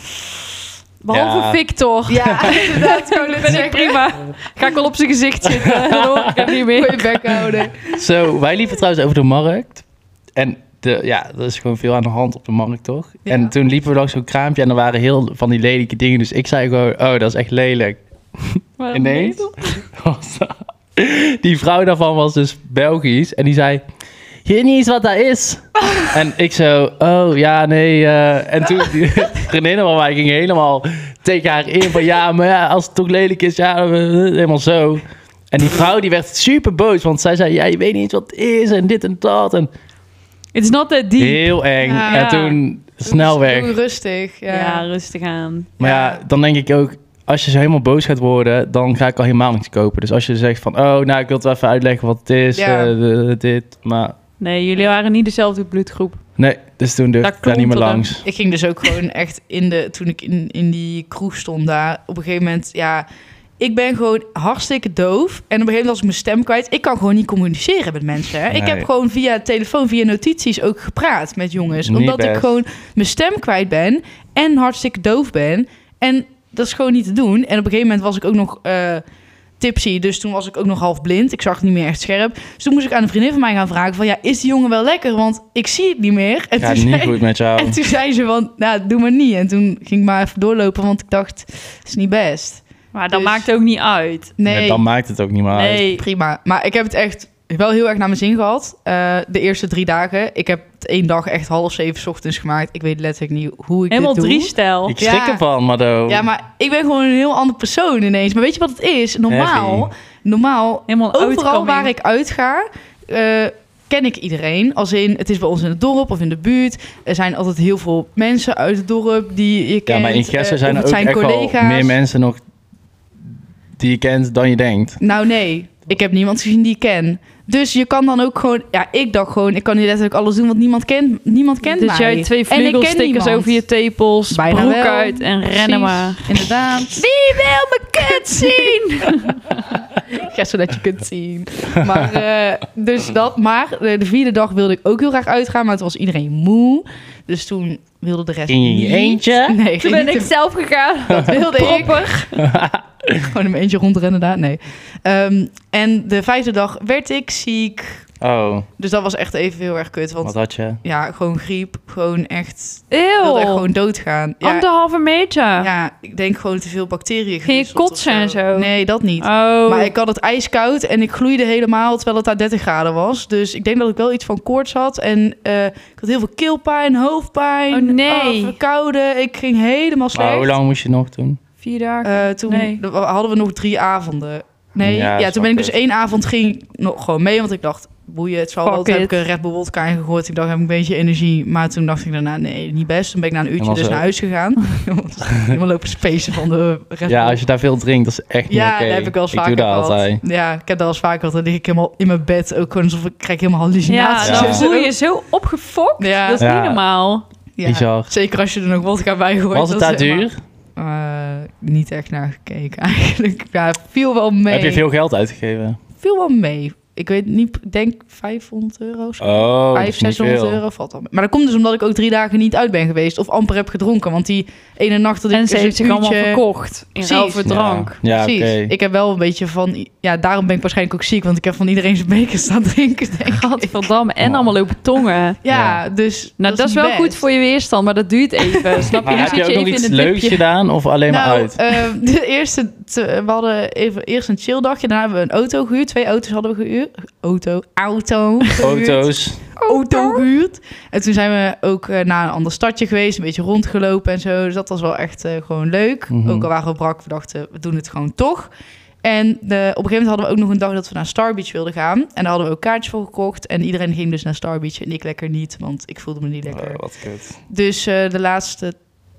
Speaker 4: Behalve
Speaker 2: Ja.
Speaker 4: Victor.
Speaker 1: Ja, inderdaad. Gewoon
Speaker 4: Ben ik prima. Ga ik al op zijn gezicht zitten. Dan hoor ik hem niet meer.
Speaker 1: je bek houden.
Speaker 2: Zo, wij liepen trouwens over de markt. En de, ja, er is gewoon veel aan de hand op de markt, toch?
Speaker 1: Ja.
Speaker 2: En toen liepen we langs zo'n kraampje en er waren heel van die lelijke dingen. Dus ik zei gewoon, oh, dat is echt lelijk.
Speaker 4: Maar-
Speaker 2: Ineens was die vrouw daarvan was dus Belgisch. En die zei, je weet niet eens wat dat is. En ik zo, oh ja, nee. eh, en toen, die vriendin van mij ging helemaal tegen haar in van... Ja, maar ja, als het toch lelijk is, ja, eh, helemaal zo. En die vrouw die werd super boos, want zij zei... Ja, je weet niet eens wat het is en dit en dat. En
Speaker 4: It's not that deep.
Speaker 2: heel eng.
Speaker 1: Ja.
Speaker 2: En toen snel
Speaker 1: Doe-
Speaker 2: weg.
Speaker 1: doe rustig. Ja.
Speaker 4: Ja. rustig aan.
Speaker 2: Maar ja, dan denk ik ook, als je zo helemaal boos gaat worden, dan ga ik al helemaal niks kopen. Dus als je zegt van, oh, nou, ik wil het wel even uitleggen wat het is,
Speaker 1: Ja.
Speaker 2: eh, eh, dit, maar
Speaker 4: Nee, jullie waren niet dezelfde bloedgroep.
Speaker 2: nee, dus toen durfde
Speaker 4: Daar
Speaker 2: ik daar niet meer
Speaker 4: klonterde.
Speaker 2: langs.
Speaker 1: Ik ging dus ook gewoon echt in de... Toen ik in, in die kroeg stond daar, op een gegeven moment... Ja, ik ben gewoon hartstikke doof. En op een gegeven moment was ik mijn stem kwijt. Ik kan gewoon niet communiceren met mensen. Hè? Ik
Speaker 2: Nee.
Speaker 1: heb gewoon via telefoon, via notities ook gepraat met jongens.
Speaker 2: Niet
Speaker 1: omdat ik
Speaker 2: best.
Speaker 1: gewoon mijn stem kwijt ben. En hartstikke doof ben. En dat is gewoon niet te doen. En op een gegeven moment was ik ook nog... eh, tipsy. Dus toen was ik ook nog half blind. Ik zag het niet meer echt scherp. Dus toen moest ik aan een vriendin van mij gaan vragen: van ja, is die jongen wel lekker? Want ik zie het niet meer. En
Speaker 2: Het gaat
Speaker 1: toen
Speaker 2: niet
Speaker 1: zei-
Speaker 2: goed met jou.
Speaker 1: en toen zei ze van, nou, doe maar niet. En toen ging ik maar even doorlopen, want ik dacht, het is niet best.
Speaker 4: Maar dat
Speaker 1: Dus-
Speaker 4: maakt ook niet uit.
Speaker 1: Nee,
Speaker 2: Ja, Dan maakt het ook niet meer uit.
Speaker 4: Nee.
Speaker 1: prima. Maar Ah, ik heb het echt wel heel erg naar mijn zin gehad. eh, de eerste drie dagen. Ik heb het één dag echt half zeven 's ochtends gemaakt. Ik weet letterlijk niet hoe ik
Speaker 4: Helemaal
Speaker 1: dit doe.
Speaker 4: drie stijl.
Speaker 2: Ik schrik
Speaker 1: Ja.
Speaker 2: ervan, Mado.
Speaker 1: Ja, maar ik ben gewoon een heel ander persoon ineens. Maar weet je wat het is? Normaal,
Speaker 2: Heavy.
Speaker 1: normaal
Speaker 4: Helemaal
Speaker 1: Overal
Speaker 4: outcoming.
Speaker 1: waar ik uitga, eh, ken ik iedereen. Als in, het is bij ons in het dorp of in de buurt. Er zijn altijd heel veel mensen uit het dorp die je
Speaker 2: Ja,
Speaker 1: kent.
Speaker 2: maar in Gessen
Speaker 1: eh,
Speaker 2: zijn
Speaker 1: of
Speaker 2: er ook
Speaker 1: het
Speaker 2: echt wel meer mensen nog die je kent dan je denkt.
Speaker 1: Nou nee, ik heb niemand gezien die ik ken. Dus je kan dan ook gewoon... Ja, ik dacht gewoon, ik kan hier letterlijk alles doen, want niemand kent, niemand kent
Speaker 4: dus
Speaker 1: mij.
Speaker 4: jij twee
Speaker 1: En ik ken
Speaker 4: vleugelstickers
Speaker 1: niemand.
Speaker 4: over je tepels,
Speaker 1: Bijna
Speaker 4: broek
Speaker 1: wel.
Speaker 4: uit en rennen
Speaker 1: Precies,
Speaker 4: maar.
Speaker 1: Inderdaad. Wie wil me kut zien? ja, zodat je kunt zien. Maar, eh, dus dat, maar eh, de vierde dag wilde ik ook heel graag uitgaan, maar toen was iedereen moe. Dus toen wilde de rest
Speaker 2: Ging je in je
Speaker 1: niet.
Speaker 2: eentje?
Speaker 1: Nee,
Speaker 3: Toen ben ik zelf gegaan.
Speaker 1: dat wilde ik. Gewoon in mijn eentje rondrennen daar, nee. Ehm, en de vijfde dag werd ik ziek.
Speaker 2: Oh,
Speaker 1: Dus dat was echt even heel erg kut, want
Speaker 2: wat had je?
Speaker 1: ja, gewoon griep, gewoon echt, ik wilde echt
Speaker 4: Eeuw,
Speaker 1: gewoon doodgaan. Ja,
Speaker 4: anderhalve meter.
Speaker 1: ja, ik denk gewoon te veel bacteriën.
Speaker 4: Ging je
Speaker 1: gewisseld of
Speaker 4: kotsen en zo?
Speaker 1: Nee, dat niet.
Speaker 4: Oh,
Speaker 1: Maar ik had het ijskoud en ik gloeide helemaal terwijl het daar 30 graden was. Dus ik denk dat ik wel iets van koorts had. En eh, ik had heel veel keelpijn, hoofdpijn.
Speaker 4: Oh, nee.
Speaker 1: ah, verkouden. Ik ging helemaal slecht.
Speaker 2: Maar hoe lang moest je nog doen?
Speaker 4: vier dagen.
Speaker 1: Eh, toen
Speaker 4: Nee.
Speaker 1: d- hadden we nog drie avonden. Nee,
Speaker 2: Ja,
Speaker 1: ja,
Speaker 2: snap
Speaker 1: toen ben ik dus
Speaker 2: ik.
Speaker 1: één avond ging nog gewoon mee. Want ik dacht, boeien, het zal wel.
Speaker 4: Fuck
Speaker 1: Toen heb ik
Speaker 4: it.
Speaker 1: een Red Bull vodka ingegooid. Ik dacht, heb ik een beetje energie. Maar toen dacht ik daarna, nee, niet best. Toen ben ik na een uurtje
Speaker 2: was
Speaker 1: dus
Speaker 2: er-
Speaker 1: naar huis gegaan. Want Helemaal lopen spacen van de Red Bull.
Speaker 2: Ja, als je daar veel drinkt, dat is echt niet
Speaker 1: Ja,
Speaker 2: oké.
Speaker 1: dat heb ik wel eens
Speaker 2: Ik
Speaker 1: vaker
Speaker 2: doe dat
Speaker 1: gehad.
Speaker 2: altijd.
Speaker 1: Ja, ik heb dat wel eens vaker gehad. Dan lig ik helemaal in mijn bed. Ook gewoon alsof ik krijg helemaal
Speaker 4: ja,
Speaker 1: hallucinaties.
Speaker 4: dan
Speaker 2: Ja.
Speaker 4: voel je je zo opgefokt.
Speaker 1: Ja.
Speaker 4: Dat is
Speaker 2: Ja.
Speaker 4: niet normaal.
Speaker 1: Ja.
Speaker 2: Bizar.
Speaker 1: Zeker als je er nog wodka bij gooit.
Speaker 2: Was het
Speaker 1: dat
Speaker 2: daar
Speaker 1: is helemaal-
Speaker 2: duur?
Speaker 1: Eh, niet echt naar gekeken eigenlijk. Ja, viel wel mee.
Speaker 2: Heb je veel geld uitgegeven?
Speaker 1: Viel wel mee. Ik weet niet, ik denk 500 euro. zo.
Speaker 2: Oh, dat
Speaker 1: 500,
Speaker 2: is niet
Speaker 1: 600
Speaker 2: veel.
Speaker 1: euro valt al mee. Maar dat komt dus omdat ik ook drie dagen niet uit ben geweest. Of amper heb gedronken. Want die ene nacht dat ik
Speaker 4: En ze
Speaker 1: dus
Speaker 4: heeft
Speaker 1: een
Speaker 4: zich allemaal
Speaker 1: uurtje-
Speaker 4: verkocht. In
Speaker 1: Precies.
Speaker 4: ruil voor drank.
Speaker 2: Ja, ja oké.
Speaker 1: Precies. Ik heb wel een beetje van... Ja, daarom ben ik waarschijnlijk ook ziek. Want ik heb van iedereen zijn beker staan drinken, denk ik.
Speaker 4: Gadverdamme. En
Speaker 2: Oh.
Speaker 4: allemaal lopen tongen.
Speaker 1: Ja, dus...
Speaker 4: Nou, dat is, wel goed voor je weerstand, maar dat duurt even. Snap je?
Speaker 2: Maar
Speaker 4: Dan
Speaker 2: heb
Speaker 4: zit
Speaker 2: je ook
Speaker 4: je even
Speaker 2: nog
Speaker 4: in
Speaker 2: iets
Speaker 4: het
Speaker 2: leuks
Speaker 4: dipje.
Speaker 2: gedaan of alleen maar
Speaker 1: nou,
Speaker 2: uit?
Speaker 1: ehm, de eerste, te- we hadden even, eerst een chilldagje. Daarna hebben we een auto gehuurd. Twee auto's hadden we gehuurd. Auto. Auto. gehuurd.
Speaker 2: Foto's.
Speaker 4: Oh,
Speaker 1: Auto gehuurd. En toen zijn we ook eh, naar een ander stadje geweest. Een beetje rondgelopen en zo. Dus dat was wel echt eh, gewoon leuk.
Speaker 2: Mhm.
Speaker 1: Ook al waren we brak, we dachten, we doen het gewoon toch. En eh, op een gegeven moment hadden we ook nog een dag dat we naar Star Beach wilden gaan. En daar hadden we ook kaartjes voor gekocht. En iedereen ging dus naar Star Beach en ik lekker niet, want ik voelde me niet lekker.
Speaker 2: Oh, wat kut.
Speaker 1: Dus eh, de laatste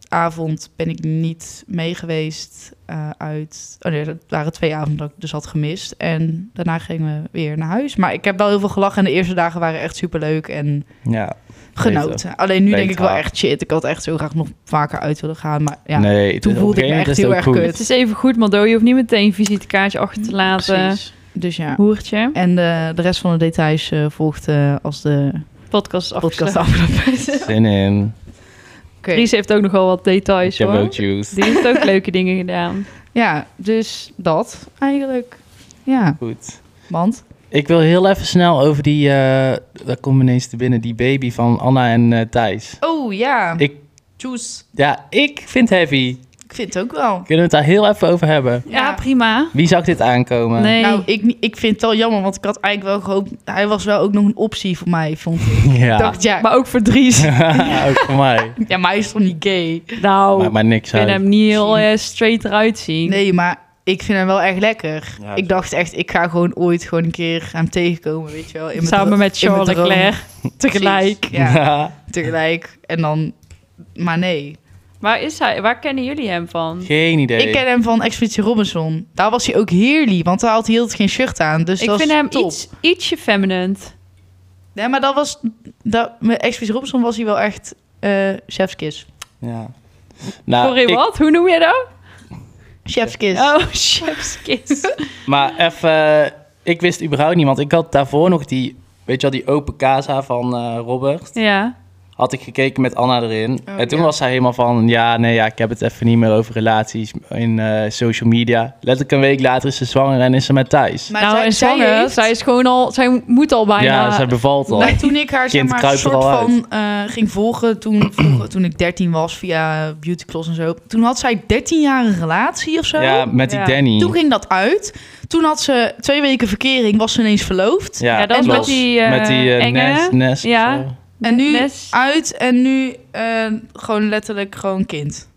Speaker 1: avond ben ik niet mee geweest eh, uit... Oh nee, dat waren twee avonden dat ik dus had gemist. En daarna gingen we weer naar huis. Maar ik heb wel heel veel gelachen en de eerste dagen waren echt superleuk en
Speaker 2: Ja.
Speaker 1: genoten. Alleen nu denk
Speaker 2: Beter.
Speaker 1: ik wel echt shit. Ik had echt zo graag nog vaker uit willen gaan. Maar ja,
Speaker 2: nee, het-
Speaker 1: toen
Speaker 2: op
Speaker 1: voelde
Speaker 2: een
Speaker 1: ik me
Speaker 2: gegeven
Speaker 1: echt
Speaker 2: moment is het ook goed.
Speaker 1: heel erg kut.
Speaker 4: Het is even goed, Mando. Je hoeft niet meteen een visitekaartje achter te laten.
Speaker 1: precies. Dus ja.
Speaker 4: Hoertje.
Speaker 1: En eh, de rest van de details eh, volgt eh, als de
Speaker 4: Podcast is
Speaker 1: podcast
Speaker 4: afgesloten.
Speaker 1: afgelopen is.
Speaker 2: Zin in.
Speaker 1: Oké.
Speaker 4: Dries heeft ook nogal wat details,
Speaker 2: Ik heb
Speaker 4: hoor.
Speaker 2: ook juice.
Speaker 4: Die heeft ook leuke dingen gedaan.
Speaker 1: Ja, dus dat eigenlijk. Ja,
Speaker 2: Goed.
Speaker 1: want...
Speaker 2: Ik wil heel even snel over die, eh dat komt me ineens te binnen, die baby van Anna en eh, Thijs.
Speaker 1: Oh ja,
Speaker 2: Ik,
Speaker 1: juice.
Speaker 2: ja, ik vind heavy.
Speaker 1: Ik vind het ook wel.
Speaker 2: Kunnen we het daar heel even over hebben?
Speaker 4: Ja, prima.
Speaker 2: Wie zag dit aankomen?
Speaker 4: Nee.
Speaker 1: Nou, ik, ni- ik vind het wel jammer, want ik had eigenlijk wel gehoopt... Hij was wel ook nog een optie voor mij, vond ik.
Speaker 2: Ja.
Speaker 1: Ik dacht, ja,
Speaker 4: Maar ook voor Dries.
Speaker 2: Ook voor mij.
Speaker 1: ja, maar hij is toch niet gay?
Speaker 4: nou,
Speaker 2: Maar, maar niks
Speaker 4: ik vind
Speaker 2: uit.
Speaker 4: hem niet heel eh, straight eruit zien.
Speaker 1: Nee, maar ik vind hem wel echt lekker.
Speaker 2: Ja,
Speaker 1: ik dacht echt, ik ga gewoon ooit gewoon een keer hem tegenkomen, weet je wel. In mijn
Speaker 4: Samen
Speaker 1: droom-
Speaker 4: met
Speaker 1: in mijn
Speaker 4: Charles
Speaker 1: droom.
Speaker 4: Leclerc. Tegelijk.
Speaker 1: Precies, Ja, tegelijk. En dan... Maar nee.
Speaker 4: Waar is hij? Waar kennen jullie hem van?
Speaker 2: Geen idee.
Speaker 1: Ik ken hem van Expeditie Robinson. Daar was hij ook heerlijk, want daar had hij heel geen shirt aan. Dus
Speaker 4: ik
Speaker 1: dat
Speaker 4: vind
Speaker 1: was
Speaker 4: hem
Speaker 1: top.
Speaker 4: iets, ietsje feminine.
Speaker 1: Nee, maar dat was... Dat, met Expeditie Robinson was hij wel echt eh chef's kiss.
Speaker 2: Ja. Nou,
Speaker 4: Sorry,
Speaker 2: ik-
Speaker 4: wat? Hoe noem je dat?
Speaker 1: Chef's kiss.
Speaker 4: Oh, chef's kiss.
Speaker 2: Maar even, ik wist überhaupt niet, want ik had daarvoor nog die, weet je wel, die open casa van eh, Robert.
Speaker 4: ja.
Speaker 2: Had ik gekeken met Anna erin.
Speaker 1: Oh,
Speaker 2: en toen
Speaker 1: ja.
Speaker 2: was zij helemaal van, ja, nee, ja, ik heb het even niet meer over relaties in eh, social media. Letterlijk een week later is ze zwanger en is ze met Thijs.
Speaker 1: Maar
Speaker 4: nou,
Speaker 1: zij-
Speaker 4: en
Speaker 1: zij
Speaker 4: zwanger, zij,
Speaker 1: heeft-
Speaker 4: is gewoon al, zij moet al bijna.
Speaker 2: ja, zij bevalt al.
Speaker 1: Nou, toen ik haar zeg
Speaker 2: eh, Kind
Speaker 1: maar,
Speaker 2: kruipt er
Speaker 1: soort
Speaker 2: al
Speaker 1: van eh, ging volgen, toen, vroeger, toen ik 13 was via Beauty Class en zo. Toen had zij 13 jaar een relatie of zo.
Speaker 2: Ja, mm. met die
Speaker 4: Ja.
Speaker 2: Danny.
Speaker 1: Toen ging dat uit. Toen had ze twee weken verkering, was ze ineens verloofd.
Speaker 2: ja,
Speaker 4: Ja, dat was
Speaker 2: klopt.
Speaker 4: met die, eh,
Speaker 2: met die eh,
Speaker 4: enge.
Speaker 2: Nes, Nes of
Speaker 4: Ja.
Speaker 2: zo.
Speaker 1: En nu
Speaker 4: Nes.
Speaker 1: uit en nu eh, gewoon letterlijk gewoon kind.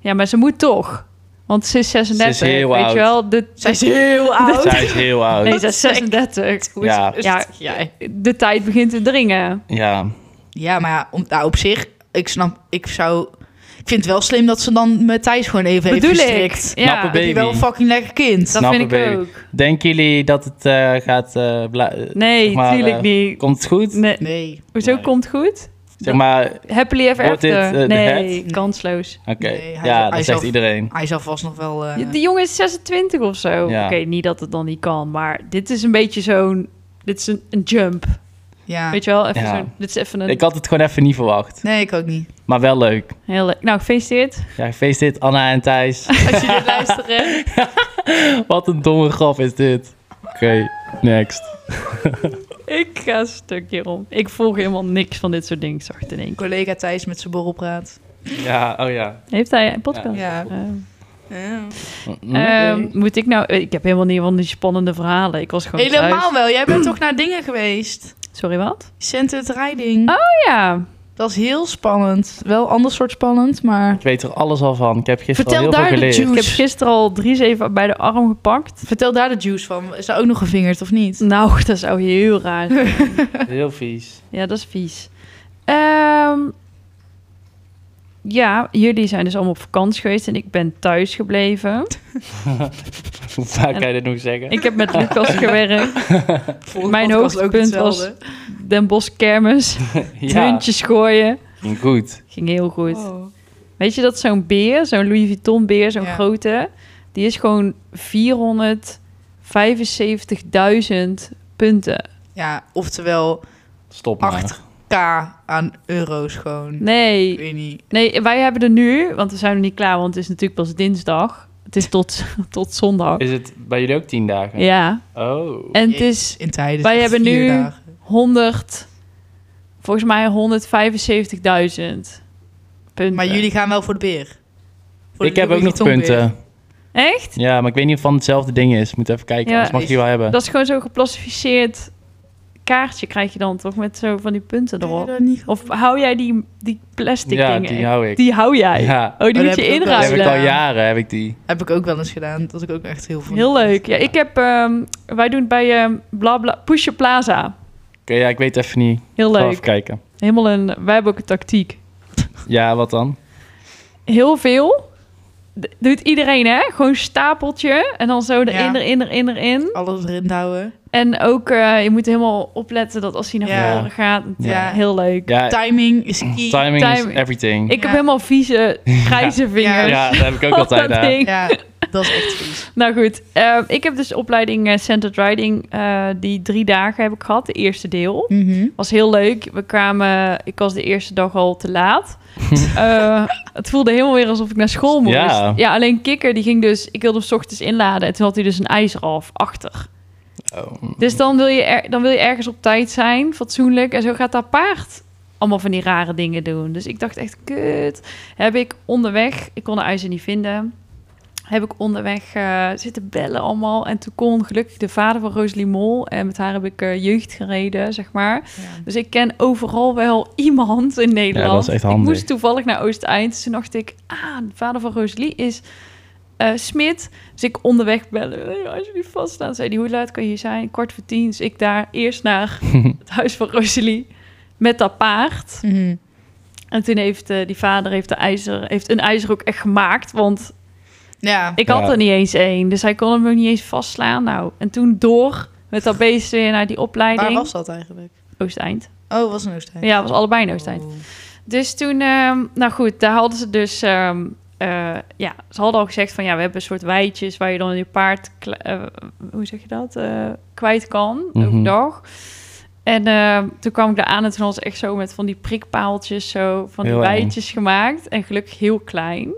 Speaker 4: Ja, maar ze moet toch. Want ze is 36,
Speaker 2: Ze is heel
Speaker 4: weet
Speaker 2: oud.
Speaker 4: je wel. De,
Speaker 1: Zij is heel oud.
Speaker 2: Zij is heel oud.
Speaker 4: nee, ze is 36.
Speaker 2: Ja.
Speaker 4: Ja,
Speaker 1: Ja.
Speaker 4: de tijd begint te dringen.
Speaker 2: Ja.
Speaker 1: Ja, maar ja, om, nou, op zich, ik snap, ik zou... Ik vind het wel slim dat ze dan met Thijs gewoon even
Speaker 4: Bedoel
Speaker 1: heeft
Speaker 4: ik.
Speaker 1: gestrikt.
Speaker 4: Ja,
Speaker 2: Knappe
Speaker 1: Dat hij wel een fucking lekker kind.
Speaker 4: dat
Speaker 2: Snappen
Speaker 4: vind
Speaker 2: ben
Speaker 4: ik
Speaker 2: ik.
Speaker 4: ook.
Speaker 2: Denken jullie dat het eh, gaat eh bla- eh,
Speaker 4: Nee,
Speaker 2: Zeg maar,
Speaker 4: tuurlijk
Speaker 2: eh,
Speaker 4: niet.
Speaker 2: Komt het goed?
Speaker 4: Nee,
Speaker 1: Nee.
Speaker 4: hoezo
Speaker 2: Nee.
Speaker 4: komt goed?
Speaker 2: Zeg maar,
Speaker 4: Happily ever
Speaker 2: Wordt dit,
Speaker 4: after.
Speaker 2: eh, de
Speaker 4: nee, kansloos.
Speaker 2: oké.
Speaker 1: Nee, hij zal-
Speaker 2: ja,
Speaker 1: hij
Speaker 2: dat zegt
Speaker 1: zal-
Speaker 2: iedereen.
Speaker 1: Hij zou vast nog wel... eh,
Speaker 4: Die jongen is 26 of zo.
Speaker 2: Ja.
Speaker 4: Oké, niet dat het dan niet kan, maar dit is een beetje zo'n... Dit is een, een jump,
Speaker 1: ja.
Speaker 4: weet je wel? Even
Speaker 2: Ja.
Speaker 4: zo'n, dit is even een...
Speaker 2: Ik had het gewoon even niet verwacht.
Speaker 1: Nee, ik ook niet.
Speaker 2: Maar wel leuk.
Speaker 4: Heel leuk. Nou, gefeliciteerd.
Speaker 2: Ja, feest dit, Anna en Thijs.
Speaker 4: Als jullie luisteren.
Speaker 2: Wat een domme grap is dit. Oké, next.
Speaker 4: Ik ga een stukje om. Ik volg helemaal niks van dit soort dingen, zag ik in één keer.
Speaker 1: Collega Thijs met zijn borrelpraat.
Speaker 2: Ja, oh ja.
Speaker 4: Heeft hij een podcast?
Speaker 1: Ja.
Speaker 4: Eh,
Speaker 1: Ja.
Speaker 2: Mm-hmm.
Speaker 4: ehm, moet ik nou... Ik heb helemaal niet van die spannende verhalen. Ik was gewoon
Speaker 1: Helemaal
Speaker 4: thuis.
Speaker 1: wel. Jij bent toch naar dingen geweest?
Speaker 4: Sorry, wat?
Speaker 1: Centered Riding.
Speaker 4: Oh ja.
Speaker 1: Dat is heel spannend. Wel ander soort spannend, maar...
Speaker 2: Ik weet er alles al van. Ik heb gisteren
Speaker 1: Vertel
Speaker 2: al heel
Speaker 1: daar
Speaker 2: veel
Speaker 1: de
Speaker 2: geleerd.
Speaker 1: juice.
Speaker 4: Ik heb gisteren al drie zeven bij de arm gepakt.
Speaker 1: Vertel daar de juice van. Is daar ook nog gevingerd of niet?
Speaker 4: Nou, dat zou heel raar zijn.
Speaker 2: Heel vies.
Speaker 4: Ja, dat is vies. Ehm, ja, jullie zijn dus allemaal op vakantie geweest en ik ben thuis gebleven.
Speaker 2: Hoe vaak kan je dit nog zeggen?
Speaker 4: Ik heb met Lucas gewerkt, Mijn
Speaker 1: podcast
Speaker 4: hoogtepunt
Speaker 1: hetzelfde.
Speaker 4: Den Bosch kermis, muntjes gooien.
Speaker 2: ging mm, goed.
Speaker 4: Ging heel goed.
Speaker 1: Oh.
Speaker 4: Weet je dat zo'n beer, zo'n Louis Vuitton beer, zo'n
Speaker 1: Ja.
Speaker 4: grote, die is gewoon 475.000 punten.
Speaker 1: Ja, oftewel
Speaker 2: Stop maar.
Speaker 1: 8k aan euro's gewoon. Ik
Speaker 4: Nee,
Speaker 1: weet niet.
Speaker 4: nee, wij hebben er nu, want we zijn nog niet klaar, want het is natuurlijk pas dinsdag. Het is tot, tot zondag.
Speaker 2: Is het bij jullie ook tien dagen?
Speaker 4: Ja,
Speaker 2: Oh.
Speaker 4: en het is
Speaker 1: In tijden.
Speaker 4: Wij
Speaker 1: is het
Speaker 4: hebben
Speaker 1: vier
Speaker 4: nu-
Speaker 1: dagen.
Speaker 4: 100, volgens mij 175.000 punten.
Speaker 1: Maar jullie gaan wel voor de beer. Voor de
Speaker 2: Ik heb ook
Speaker 1: Louis
Speaker 2: nog
Speaker 1: Vuitton beer.
Speaker 2: punten.
Speaker 4: Echt?
Speaker 2: Ja, maar ik weet niet of het van hetzelfde ding is. Moet even kijken,
Speaker 4: Ja.
Speaker 2: anders mag je die wel hebben.
Speaker 4: Dat is gewoon zo'n geplastificeerd kaartje krijg je dan toch met zo van die punten
Speaker 1: Heb je
Speaker 4: erop.
Speaker 1: dat niet
Speaker 4: Of hou jij die, die plastic
Speaker 2: ja,
Speaker 4: dingen?
Speaker 2: die hou ik.
Speaker 4: Die hou jij?
Speaker 2: Ja.
Speaker 4: Oh, die
Speaker 1: dat
Speaker 4: moet je
Speaker 1: heb ik ook wel.
Speaker 2: Die heb ik al
Speaker 4: inruilen.
Speaker 1: Huilen.
Speaker 2: jaren, heb ik die.
Speaker 1: Heb ik ook wel eens gedaan. Dat ik ook echt heel veel.
Speaker 4: Heel leuk. Ja, ik heb, ehm, wij doen het bij ehm bla bla, Pusher Plaza.
Speaker 2: Oké, ja, ik weet even niet. Ik
Speaker 4: Heel
Speaker 2: zal Even
Speaker 4: leuk.
Speaker 2: kijken.
Speaker 4: Helemaal een, wij hebben ook een tactiek.
Speaker 2: Ja, wat dan?
Speaker 4: heel veel. D- doet iedereen, hè? Gewoon stapeltje. En dan zo erin,
Speaker 1: Ja.
Speaker 4: erin, erin, erin.
Speaker 1: Alles erin houden.
Speaker 4: En ook, eh, je moet helemaal opletten dat als hij naar
Speaker 1: Ja.
Speaker 4: voren gaat...
Speaker 1: Ja.
Speaker 4: Ja. heel leuk.
Speaker 2: Ja,
Speaker 1: Timing is key.
Speaker 2: timing,
Speaker 4: timing.
Speaker 2: is everything.
Speaker 4: Ik
Speaker 1: Ja.
Speaker 4: heb helemaal vieze, grijze vingers.
Speaker 2: ja, dat heb ik ook altijd.
Speaker 4: Dat
Speaker 2: hè.
Speaker 4: ding.
Speaker 1: Ja, dat is echt vies.
Speaker 4: Nou goed, eh, ik heb dus de opleiding eh, Centered Riding. eh, die drie dagen heb ik gehad, de eerste deel.
Speaker 1: Mhm.
Speaker 4: Was heel leuk. We kwamen, ik was de eerste dag al te laat. Eh, het voelde helemaal weer alsof ik naar school moest.
Speaker 2: Ja.
Speaker 4: alleen Kikker die ging dus, ik wilde hem 's ochtends inladen en toen had hij dus een ijzer af achter.
Speaker 2: Oh.
Speaker 4: Dus dan wil, je er- dan wil je ergens op tijd zijn, fatsoenlijk. En zo gaat dat paard allemaal van die rare dingen doen. Dus ik dacht echt, kut. Heb ik onderweg, ik kon de ijzer niet vinden. heb ik onderweg eh, zitten bellen allemaal. En toen kon gelukkig de vader van Rosalie Mol. En met haar heb ik eh, jeugd gereden, zeg maar. Dus ik ken overal wel iemand in Nederland.
Speaker 2: Ja, dat is echt handig.
Speaker 4: Ik moest toevallig naar Oost-Eind. Dus toen dacht ik, ah, de vader van Rosalie is eh, Smit. Dus ik onderweg bellen. Hey, als jullie vaststaan, zei die, hoe laat kan je hier zijn? Kwart voor tien. Dus ik daar eerst naar het huis van Rosalie met dat paard.
Speaker 1: Mhm.
Speaker 4: En toen heeft eh, die vader heeft, de ijzer, heeft een ijzer ook echt gemaakt. Want
Speaker 1: Ja.
Speaker 4: ik had
Speaker 2: Ja.
Speaker 4: er niet eens één. Dus hij kon hem ook niet eens vastslaan. Nou, en toen door met dat beest weer naar die
Speaker 1: Waar
Speaker 4: opleiding.
Speaker 1: was dat eigenlijk?
Speaker 4: Oost-Eind.
Speaker 1: Oh, was Oh. een Oostenrijk.
Speaker 4: Ja, het was allebei in Oost-Eind. Dus toen, ehm, nou goed, daar hadden ze dus... ehm, eh, ja, ze hadden al gezegd van ja, we hebben een soort weidjes waar je dan je paard, kle- eh, hoe zeg je dat, eh, kwijt kan
Speaker 2: Mhm.
Speaker 4: overdag. En ehm, toen kwam ik daar aan en toen was het echt zo met van die prikpaaltjes zo, van die
Speaker 2: Heel eng.
Speaker 4: weidjes gemaakt. En gelukkig heel klein.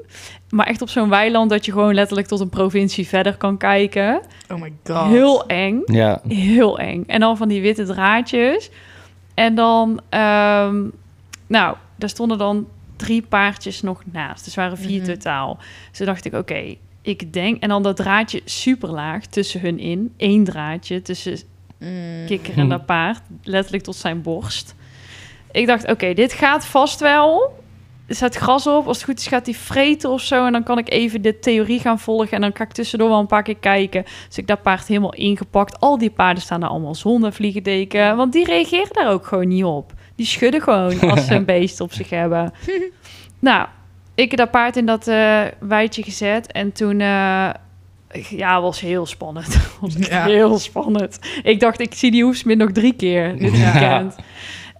Speaker 4: Maar echt op zo'n weiland dat je gewoon letterlijk tot een provincie verder kan kijken.
Speaker 1: Oh my god.
Speaker 4: Heel eng.
Speaker 2: Ja.
Speaker 4: Heel eng. En dan van die witte draadjes. En dan, ehm, nou, daar stonden dan drie paardjes nog naast. Dus er waren vier
Speaker 1: Mhm.
Speaker 4: totaal. Dus toen dacht ik, oké, ik denk... En dan dat draadje super laag tussen hun in. Eén draadje tussen
Speaker 1: Mm.
Speaker 4: kikker en dat paard. Letterlijk tot zijn borst. Ik dacht, oké, dit gaat vast wel. Zet gras op. Als het goed is, gaat hij vreten of zo. En dan kan ik even de theorie gaan volgen. En dan kan ik tussendoor wel een paar keer kijken. Dus ik dat paard helemaal ingepakt. Al die paarden staan daar allemaal zonder vliegendeken. Want die reageren daar ook gewoon niet op. Die schudden gewoon als ze een beest op zich hebben. nou, ik dat paard in dat eh weidje gezet. En toen... eh, ja, was heel spannend. was echt
Speaker 1: Ja.
Speaker 4: heel spannend. Ik dacht, ik zie die hoefsmid nog drie keer dit
Speaker 1: Ja.
Speaker 4: weekend.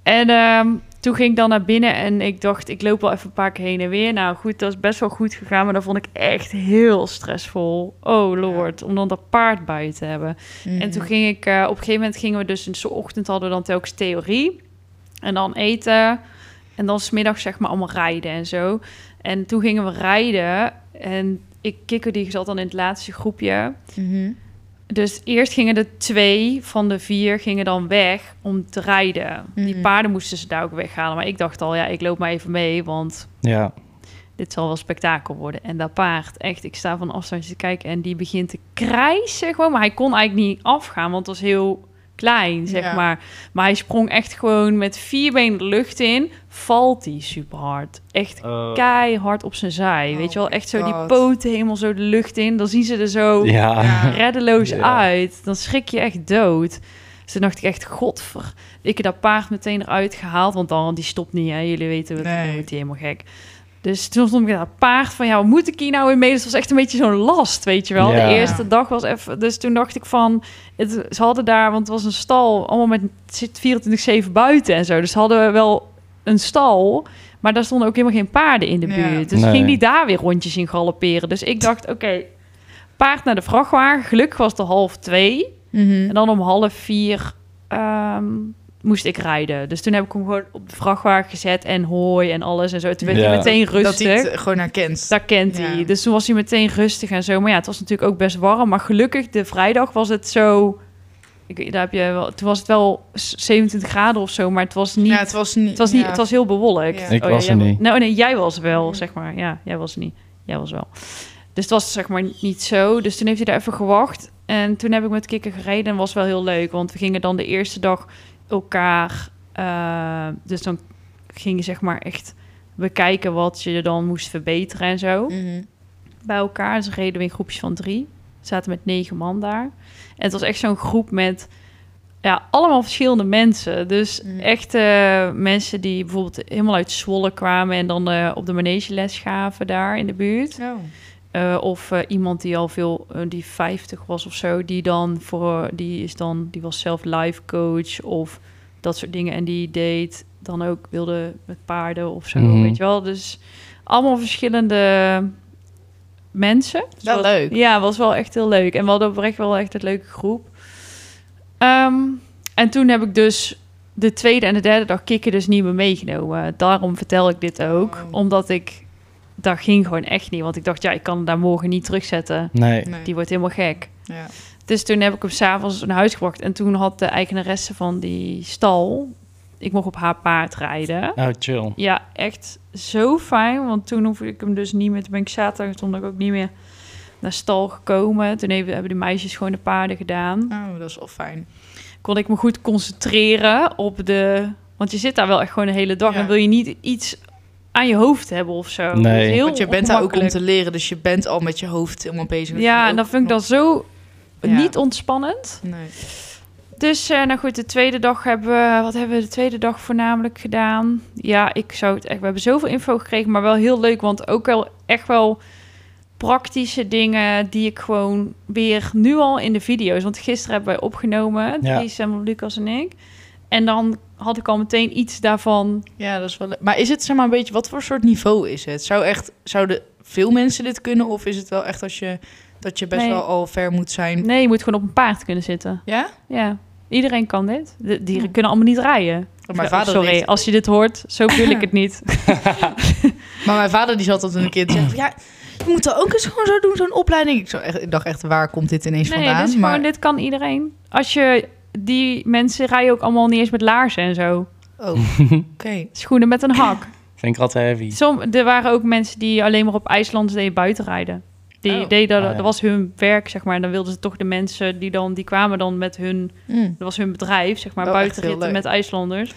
Speaker 4: En ehm, toen ging ik dan naar binnen en ik dacht, ik loop wel even een paar keer heen en weer. Nou goed, dat is best wel goed gegaan, maar dat vond ik echt heel stressvol. Oh lord, om dan dat paard bij je te hebben.
Speaker 1: Mhm.
Speaker 4: En toen ging ik, eh, op een gegeven moment gingen we dus, in de ochtend hadden we dan telkens theorie. En dan eten. En dan smiddag zeg maar allemaal rijden en zo. En toen gingen we rijden. En ik, Kikker, die zat dan in het laatste groepje.
Speaker 1: Mhm.
Speaker 4: Dus eerst gingen de twee van de vier gingen dan weg om te rijden. Die
Speaker 1: Mhm.
Speaker 4: paarden moesten ze daar ook weghalen. Maar ik dacht al, ja, ik loop maar even mee, want
Speaker 2: Ja.
Speaker 4: dit zal wel spektakel worden. En dat paard, echt, ik sta van een afstandje te kijken en die begint te krijsen gewoon. Maar hij kon eigenlijk niet afgaan, want het was heel klein, zeg
Speaker 1: Ja.
Speaker 4: maar. Maar hij sprong echt gewoon met vier benen de lucht in, valt hij super hard. Echt
Speaker 2: Oh.
Speaker 4: keihard op zijn zij,
Speaker 1: Oh
Speaker 4: weet je wel.
Speaker 1: my
Speaker 4: Echt zo die
Speaker 1: God.
Speaker 4: poten helemaal zo de lucht in. Dan zien ze er zo
Speaker 2: Ja.
Speaker 1: Ja.
Speaker 4: reddeloos
Speaker 2: Ja.
Speaker 4: uit. Dan schrik je echt dood. Dus toen dacht ik echt, godver. Ik heb dat paard meteen eruit gehaald, want dan die stopt niet. Hè. Jullie weten, het,
Speaker 1: Nee.
Speaker 4: dan wordt hij helemaal gek. Dus toen stond ik met dat paard van, ja, wat moet ik hier nou in mee? Dus het was echt een beetje zo'n last, weet je wel.
Speaker 2: Ja.
Speaker 4: De eerste dag was even... Dus toen dacht ik van, het, ze hadden daar, want het was een stal, allemaal met zit 24-7 buiten en zo. Dus ze hadden wel een stal, maar daar stonden ook helemaal geen paarden in de
Speaker 1: Ja.
Speaker 4: buurt. Dus
Speaker 2: Nee.
Speaker 4: ging die daar weer rondjes in galopperen. Dus ik dacht, oké, paard naar de vrachtwagen. Gelukkig was het al half twee.
Speaker 1: Mhm.
Speaker 4: En dan om half vier ehm, moest ik rijden. Dus toen heb ik hem gewoon op de vrachtwagen gezet en hooi en alles en zo. Toen werd
Speaker 2: Ja.
Speaker 4: hij meteen
Speaker 1: Mhm. Dat hij
Speaker 4: rustig.
Speaker 1: het gewoon herkent.
Speaker 4: Dat kent hij.
Speaker 1: Ja.
Speaker 4: Dus toen was hij meteen rustig en zo. Maar ja, het was natuurlijk ook best warm. Maar gelukkig, de vrijdag was het zo... Ik, daar heb je wel, toen was het wel 27 graden of zo, maar het was niet...
Speaker 1: Ja, het was niet...
Speaker 4: Het was, niet,
Speaker 1: ja.
Speaker 4: het was heel bewolkt.
Speaker 1: Ja.
Speaker 2: Ik was
Speaker 4: jij
Speaker 2: er
Speaker 4: wa-
Speaker 2: niet.
Speaker 4: Nou, nee, jij was wel,
Speaker 1: Mhm.
Speaker 4: zeg maar. Ja, jij was er niet. Jij was wel. Dus het was zeg maar niet zo. Dus toen heeft hij daar even gewacht. En toen heb ik met Kikker gereden. En was wel heel leuk. Want we gingen dan de eerste dag elkaar... eh, dus dan ging je zeg maar echt bekijken wat je dan moest verbeteren en zo.
Speaker 1: Mhm.
Speaker 4: Bij elkaar. Dus reden we in groepjes van drie. We zaten met negen man daar. En het was echt zo'n groep met ja, allemaal verschillende mensen. Dus
Speaker 1: Mm.
Speaker 4: echt eh, mensen die bijvoorbeeld helemaal uit Zwolle kwamen en dan eh, op de manege les gaven daar in de buurt.
Speaker 1: Oh.
Speaker 4: Eh, of eh, iemand die al veel, eh, die 50 was of zo, die dan voor, die is dan, die was zelf life coach of dat soort dingen. En die deed dan ook, wilde met paarden of zo,
Speaker 2: Mhm.
Speaker 4: weet je wel. Dus allemaal verschillende mensen. Dus
Speaker 1: Wel
Speaker 4: wat-
Speaker 1: leuk.
Speaker 4: Ja, was wel echt heel leuk. En we hadden oprecht wel echt een leuke groep. Ehm, en toen heb ik dus de tweede en de derde dag kikken dus niet meer meegenomen. Daarom vertel ik dit ook.
Speaker 1: Oh.
Speaker 4: Omdat ik... Dat ging gewoon echt niet. Want ik dacht, ja, ik kan hem daar morgen niet terugzetten.
Speaker 2: Nee.
Speaker 1: Nee.
Speaker 4: Die wordt helemaal gek.
Speaker 1: Ja.
Speaker 4: Dus toen heb ik hem s'avonds naar huis gebracht. En toen had de eigenaresse van die stal... Ik mocht op haar paard rijden.
Speaker 2: Oh, chill.
Speaker 4: Ja, echt zo fijn. Want toen hoefde ik hem dus niet meer. Toen ben ik zaterdag, toen ik ook niet meer naar stal gekomen. Toen hebben hebben de meisjes gewoon de paarden gedaan.
Speaker 1: Oh, dat is wel fijn.
Speaker 4: Kon ik me goed concentreren op de... Want je zit daar wel echt gewoon de hele dag.
Speaker 1: Ja.
Speaker 4: En wil je niet iets aan je hoofd hebben of zo.
Speaker 2: Nee.
Speaker 4: Dat is heel
Speaker 1: Want Dus je bent daar ook om
Speaker 4: Oh, ongemakkelijk.
Speaker 1: te leren, dus je bent al met je hoofd helemaal bezig.
Speaker 4: Ja, en dat vind ik dan zo
Speaker 1: Ja.
Speaker 4: niet ontspannend.
Speaker 1: Nee.
Speaker 4: Dus, eh, nou goed, de tweede dag hebben we... Wat hebben we de tweede dag voornamelijk gedaan? Ja, ik zou het echt... We hebben zoveel info gekregen, maar wel heel leuk. Want ook wel echt wel praktische dingen die ik gewoon weer nu al in de video's... Want gisteren hebben wij opgenomen,
Speaker 2: Ja.
Speaker 4: Dries, en Lucas en ik. En dan had ik al meteen iets daarvan.
Speaker 1: Ja, dat is wel. le- Maar is het zeg maar een beetje wat voor soort niveau is het? Zou echt zouden veel mensen dit kunnen of is het wel echt als je dat je best
Speaker 4: Nee.
Speaker 1: wel al ver moet zijn?
Speaker 4: Nee, je moet gewoon op een paard kunnen zitten.
Speaker 1: Ja.
Speaker 4: Ja, iedereen kan dit. De dieren
Speaker 1: Ja.
Speaker 4: kunnen allemaal niet rijden.
Speaker 1: Maar Mijn
Speaker 4: Oh,
Speaker 1: vader
Speaker 4: Sorry,
Speaker 1: deed-
Speaker 4: als je dit hoort, zo bedoel ik het niet.
Speaker 1: maar mijn vader die zat dat een keer te zeggen. van, Ja, je moet dat ook eens gewoon zo doen zo'n opleiding. Ik, zou echt, ik dacht echt waar komt dit ineens
Speaker 4: Nee,
Speaker 1: vandaan?
Speaker 4: dit, is
Speaker 1: maar
Speaker 4: gewoon, dit kan iedereen. Als je die mensen rijden ook allemaal niet eens met laarzen en zo.
Speaker 1: oh, oké.
Speaker 4: Schoenen met een hak.
Speaker 2: Vind ik altijd heavy.
Speaker 4: Som, er waren ook mensen die alleen maar op IJsland deden buiten rijden. Die
Speaker 1: Oh.
Speaker 4: deden,
Speaker 2: Ah, ja.
Speaker 4: dat was hun werk, zeg maar. En dan wilden ze toch de mensen die dan, die kwamen dan met hun,
Speaker 1: Hm.
Speaker 4: dat was hun bedrijf, zeg maar,
Speaker 1: Oh, echt heel
Speaker 4: buitenritten
Speaker 1: leuk.
Speaker 4: met IJslanders.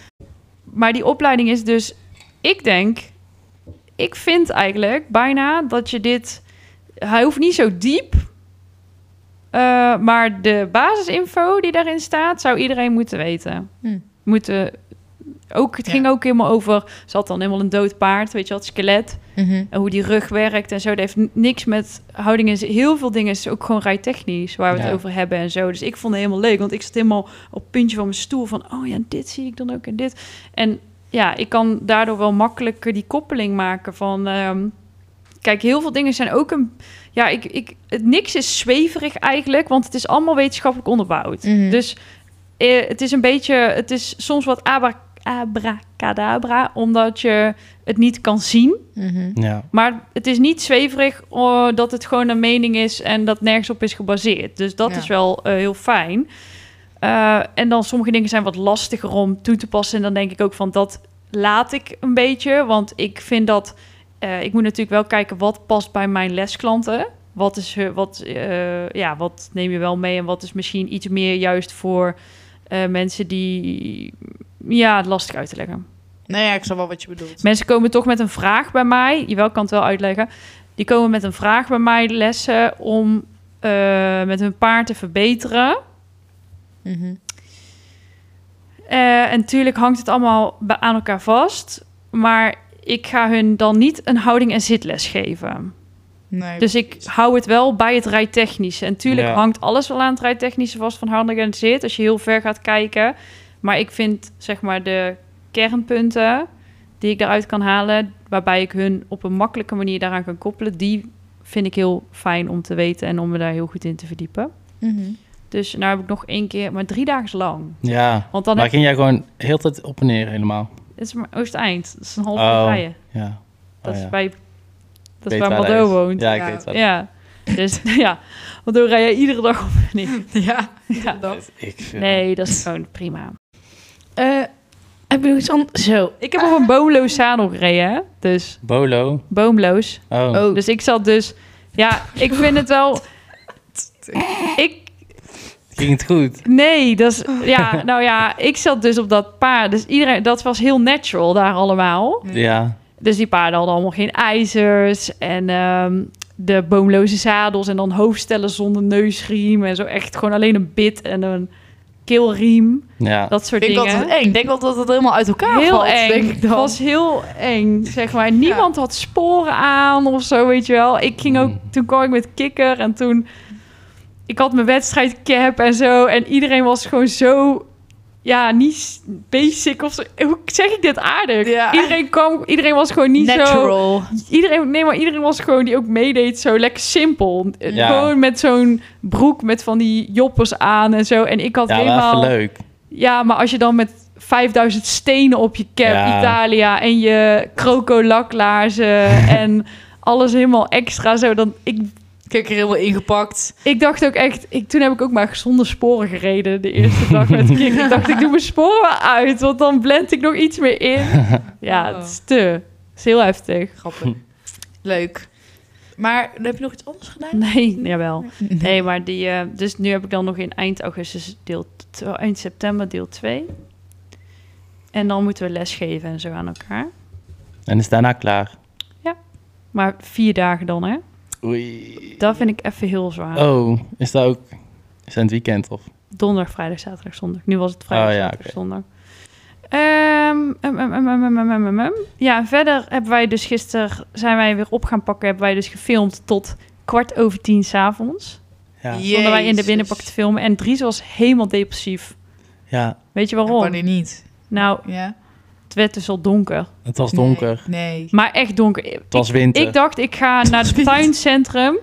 Speaker 4: Maar die opleiding is dus, ik denk, ik vind eigenlijk bijna dat je dit, hij hoeft niet zo diep, eh, maar de basisinfo die daarin staat, zou iedereen moeten weten.
Speaker 1: Hm.
Speaker 4: Moeten, ook, het
Speaker 1: Ja.
Speaker 4: ging ook helemaal over, ze had dan helemaal een dood paard, weet je wat, skelet.
Speaker 1: Mhm.
Speaker 4: En hoe die rug werkt en zo. Dat heeft n- niks met houding en heel veel dingen. is ook gewoon rijtechnisch waar we
Speaker 2: Ja.
Speaker 4: het over hebben en zo. Dus ik vond het helemaal leuk, want ik zat helemaal op het puntje van mijn stoel van, oh ja, dit zie ik dan ook en dit. En ja, ik kan daardoor wel makkelijker die koppeling maken van. ehm, Kijk, heel veel dingen zijn ook een. Ja, ik, ik, het, niks is zweverig eigenlijk, want het is allemaal wetenschappelijk onderbouwd.
Speaker 1: Mhm.
Speaker 4: Dus eh, het is een beetje. Het is soms wat abra- abracadabra, omdat je het niet kan zien.
Speaker 1: Mhm.
Speaker 2: Ja.
Speaker 4: Maar het is niet zweverig eh, dat het gewoon een mening is en dat nergens op is gebaseerd. Dus dat
Speaker 1: Ja.
Speaker 4: is wel eh, heel fijn. Eh, en dan sommige dingen zijn wat lastiger om toe te passen. En dan denk ik ook van dat laat ik een beetje. Want ik vind dat. eh, ik moet natuurlijk wel kijken wat past bij mijn lesklanten. Wat, is, eh, wat, eh, ja, wat neem je wel mee en wat is misschien iets meer juist voor eh, mensen die. Ja, lastig uit te leggen.
Speaker 1: Nee, ja, ik snap wel wat je bedoelt.
Speaker 4: Mensen komen toch met een vraag bij mij. Jawel, ik kan het wel uitleggen. Die komen met een vraag bij mij lessen om eh, met hun paard te verbeteren.
Speaker 1: Mhm.
Speaker 4: Eh, en natuurlijk hangt het allemaal bij- aan elkaar vast. Maar ik ga hun dan niet een houding- en zitles geven.
Speaker 1: Nee.
Speaker 4: Dus ik hou het wel bij het rijtechnische. En tuurlijk
Speaker 2: Ja.
Speaker 4: hangt alles wel aan het rijtechnische vast van handig en zit. Als je heel ver gaat kijken. Maar ik vind zeg maar de kernpunten die ik daaruit kan halen. Waarbij ik hun op een makkelijke manier daaraan kan koppelen. Die vind ik heel fijn om te weten en om me daar heel goed in te verdiepen.
Speaker 1: Mhm.
Speaker 4: Dus nou heb ik nog één keer, maar drie dagen lang.
Speaker 2: Ja.
Speaker 4: Want dan
Speaker 2: Maar
Speaker 4: heb
Speaker 2: ging jij gewoon heel de tijd op en neer helemaal?
Speaker 4: het is maar Oost-Eind. Dat is een half uur
Speaker 2: Oh,
Speaker 4: rijden.
Speaker 2: Ja.
Speaker 4: Dat
Speaker 2: Oh, ja.
Speaker 4: is bij dat is
Speaker 2: Weet
Speaker 4: waar
Speaker 2: dat
Speaker 4: Mado
Speaker 2: is.
Speaker 4: woont. Ja.
Speaker 2: Ja, ik
Speaker 1: Ja.
Speaker 2: weet dat.
Speaker 4: Dus ja, want dan rij je iedere dag op en neer.
Speaker 1: Ja,
Speaker 4: Ja.
Speaker 1: dat.
Speaker 2: Ik vind-
Speaker 4: Nee, dat is gewoon prima.
Speaker 1: Eh, heb je nog iets anders? Zo.
Speaker 4: Ik heb op een boomloos zadel gereden, hè? dus
Speaker 2: Bolo.
Speaker 4: boomloos.
Speaker 2: Oh.
Speaker 1: Oh.
Speaker 4: Dus ik zat dus, ja, ik vind het wel. Ik,
Speaker 2: Ging het goed?
Speaker 4: nee, dat is,
Speaker 1: Oh.
Speaker 4: ja, nou ja, ik zat dus op dat paard. Dus iedereen, dat was heel natural daar allemaal.
Speaker 1: Nee.
Speaker 2: Ja.
Speaker 4: Dus die paarden hadden allemaal geen ijzers en ehm, de boomloze zadels en dan hoofdstellen zonder neusriem en zo. Echt gewoon alleen een bit en een keelriem,
Speaker 2: Ja.
Speaker 4: dat soort
Speaker 1: Ik denk
Speaker 4: dingen.
Speaker 1: altijd eng. Ik denk altijd dat het helemaal uit elkaar
Speaker 4: heel
Speaker 1: valt.
Speaker 4: eng.
Speaker 1: Denk ik dan.
Speaker 4: Het was heel eng, zeg maar. Niemand had sporen aan of zo, weet je wel. Ik ging ook,
Speaker 2: Mm.
Speaker 4: toen kwam ik met kikker en toen... Ik had mijn wedstrijdcap en zo. En iedereen was gewoon zo... Ja, niet s- basic of zo. Hoe zeg ik dit aardig?
Speaker 1: Ja.
Speaker 4: Iedereen kwam, iedereen was gewoon niet zo...
Speaker 1: Natural.
Speaker 4: Iedereen, nee, maar iedereen was gewoon die ook meedeed, zo lekker simpel. Eh,
Speaker 2: Ja.
Speaker 4: Gewoon met zo'n broek met van die joppers aan en zo. En ik had
Speaker 2: Ja, wel even
Speaker 4: helemaal...
Speaker 2: leuk.
Speaker 4: Ja, maar als je dan met 5000 stenen op je cap
Speaker 2: Ja.
Speaker 4: Italia en je krokolaklaarzen en alles helemaal extra zo, dan ik,
Speaker 1: Kijk er helemaal ingepakt.
Speaker 4: ik dacht ook echt, ik, toen heb ik ook maar zonder sporen gereden de eerste dag met Kik. Ik dacht, ik doe mijn sporen wel uit, want dan blend ik nog iets meer
Speaker 2: Hm.
Speaker 4: in. Ja, het is te, het is heel heftig.
Speaker 1: Grappig. Leuk. Maar heb je nog iets anders gedaan?
Speaker 4: Nee, jawel. Nee, maar die... eh, dus nu heb ik dan nog in eind augustus deel... t- Eind september deel 2. En dan moeten we lesgeven en zo aan elkaar.
Speaker 2: En is daarna klaar.
Speaker 4: Maar vier dagen dan, hè?
Speaker 2: Oei.
Speaker 4: Dat vind ik even heel zwaar.
Speaker 1: Ah.
Speaker 2: Oh, is dat ook... Is dat in het weekend of?
Speaker 4: Donderdag, vrijdag, zaterdag, zondag. Nu was het vrijdag,
Speaker 2: Oh, ja,
Speaker 4: zaterdag,
Speaker 2: oké.
Speaker 4: zondag. Ehm, em, em, em, em, em, em, em, em, em. Ja, en verder hebben wij dus gisteren... zijn wij weer op gaan pakken. Hebben wij dus gefilmd tot kwart over tien s'avonds.
Speaker 2: Ja.
Speaker 4: Stonden wij in de binnenpak te filmen. En Dries was helemaal depressief.
Speaker 2: Ja,
Speaker 4: Weet je
Speaker 1: Waarom?
Speaker 4: waarom?
Speaker 1: Wanneer niet?
Speaker 4: Nou,
Speaker 1: Ja?
Speaker 4: het werd dus al donker.
Speaker 2: het was donker.
Speaker 1: Nee. nee.
Speaker 4: Maar echt donker. Ik,
Speaker 2: Het was winter.
Speaker 4: ik dacht, ik ga naar het
Speaker 1: winter.
Speaker 4: tuincentrum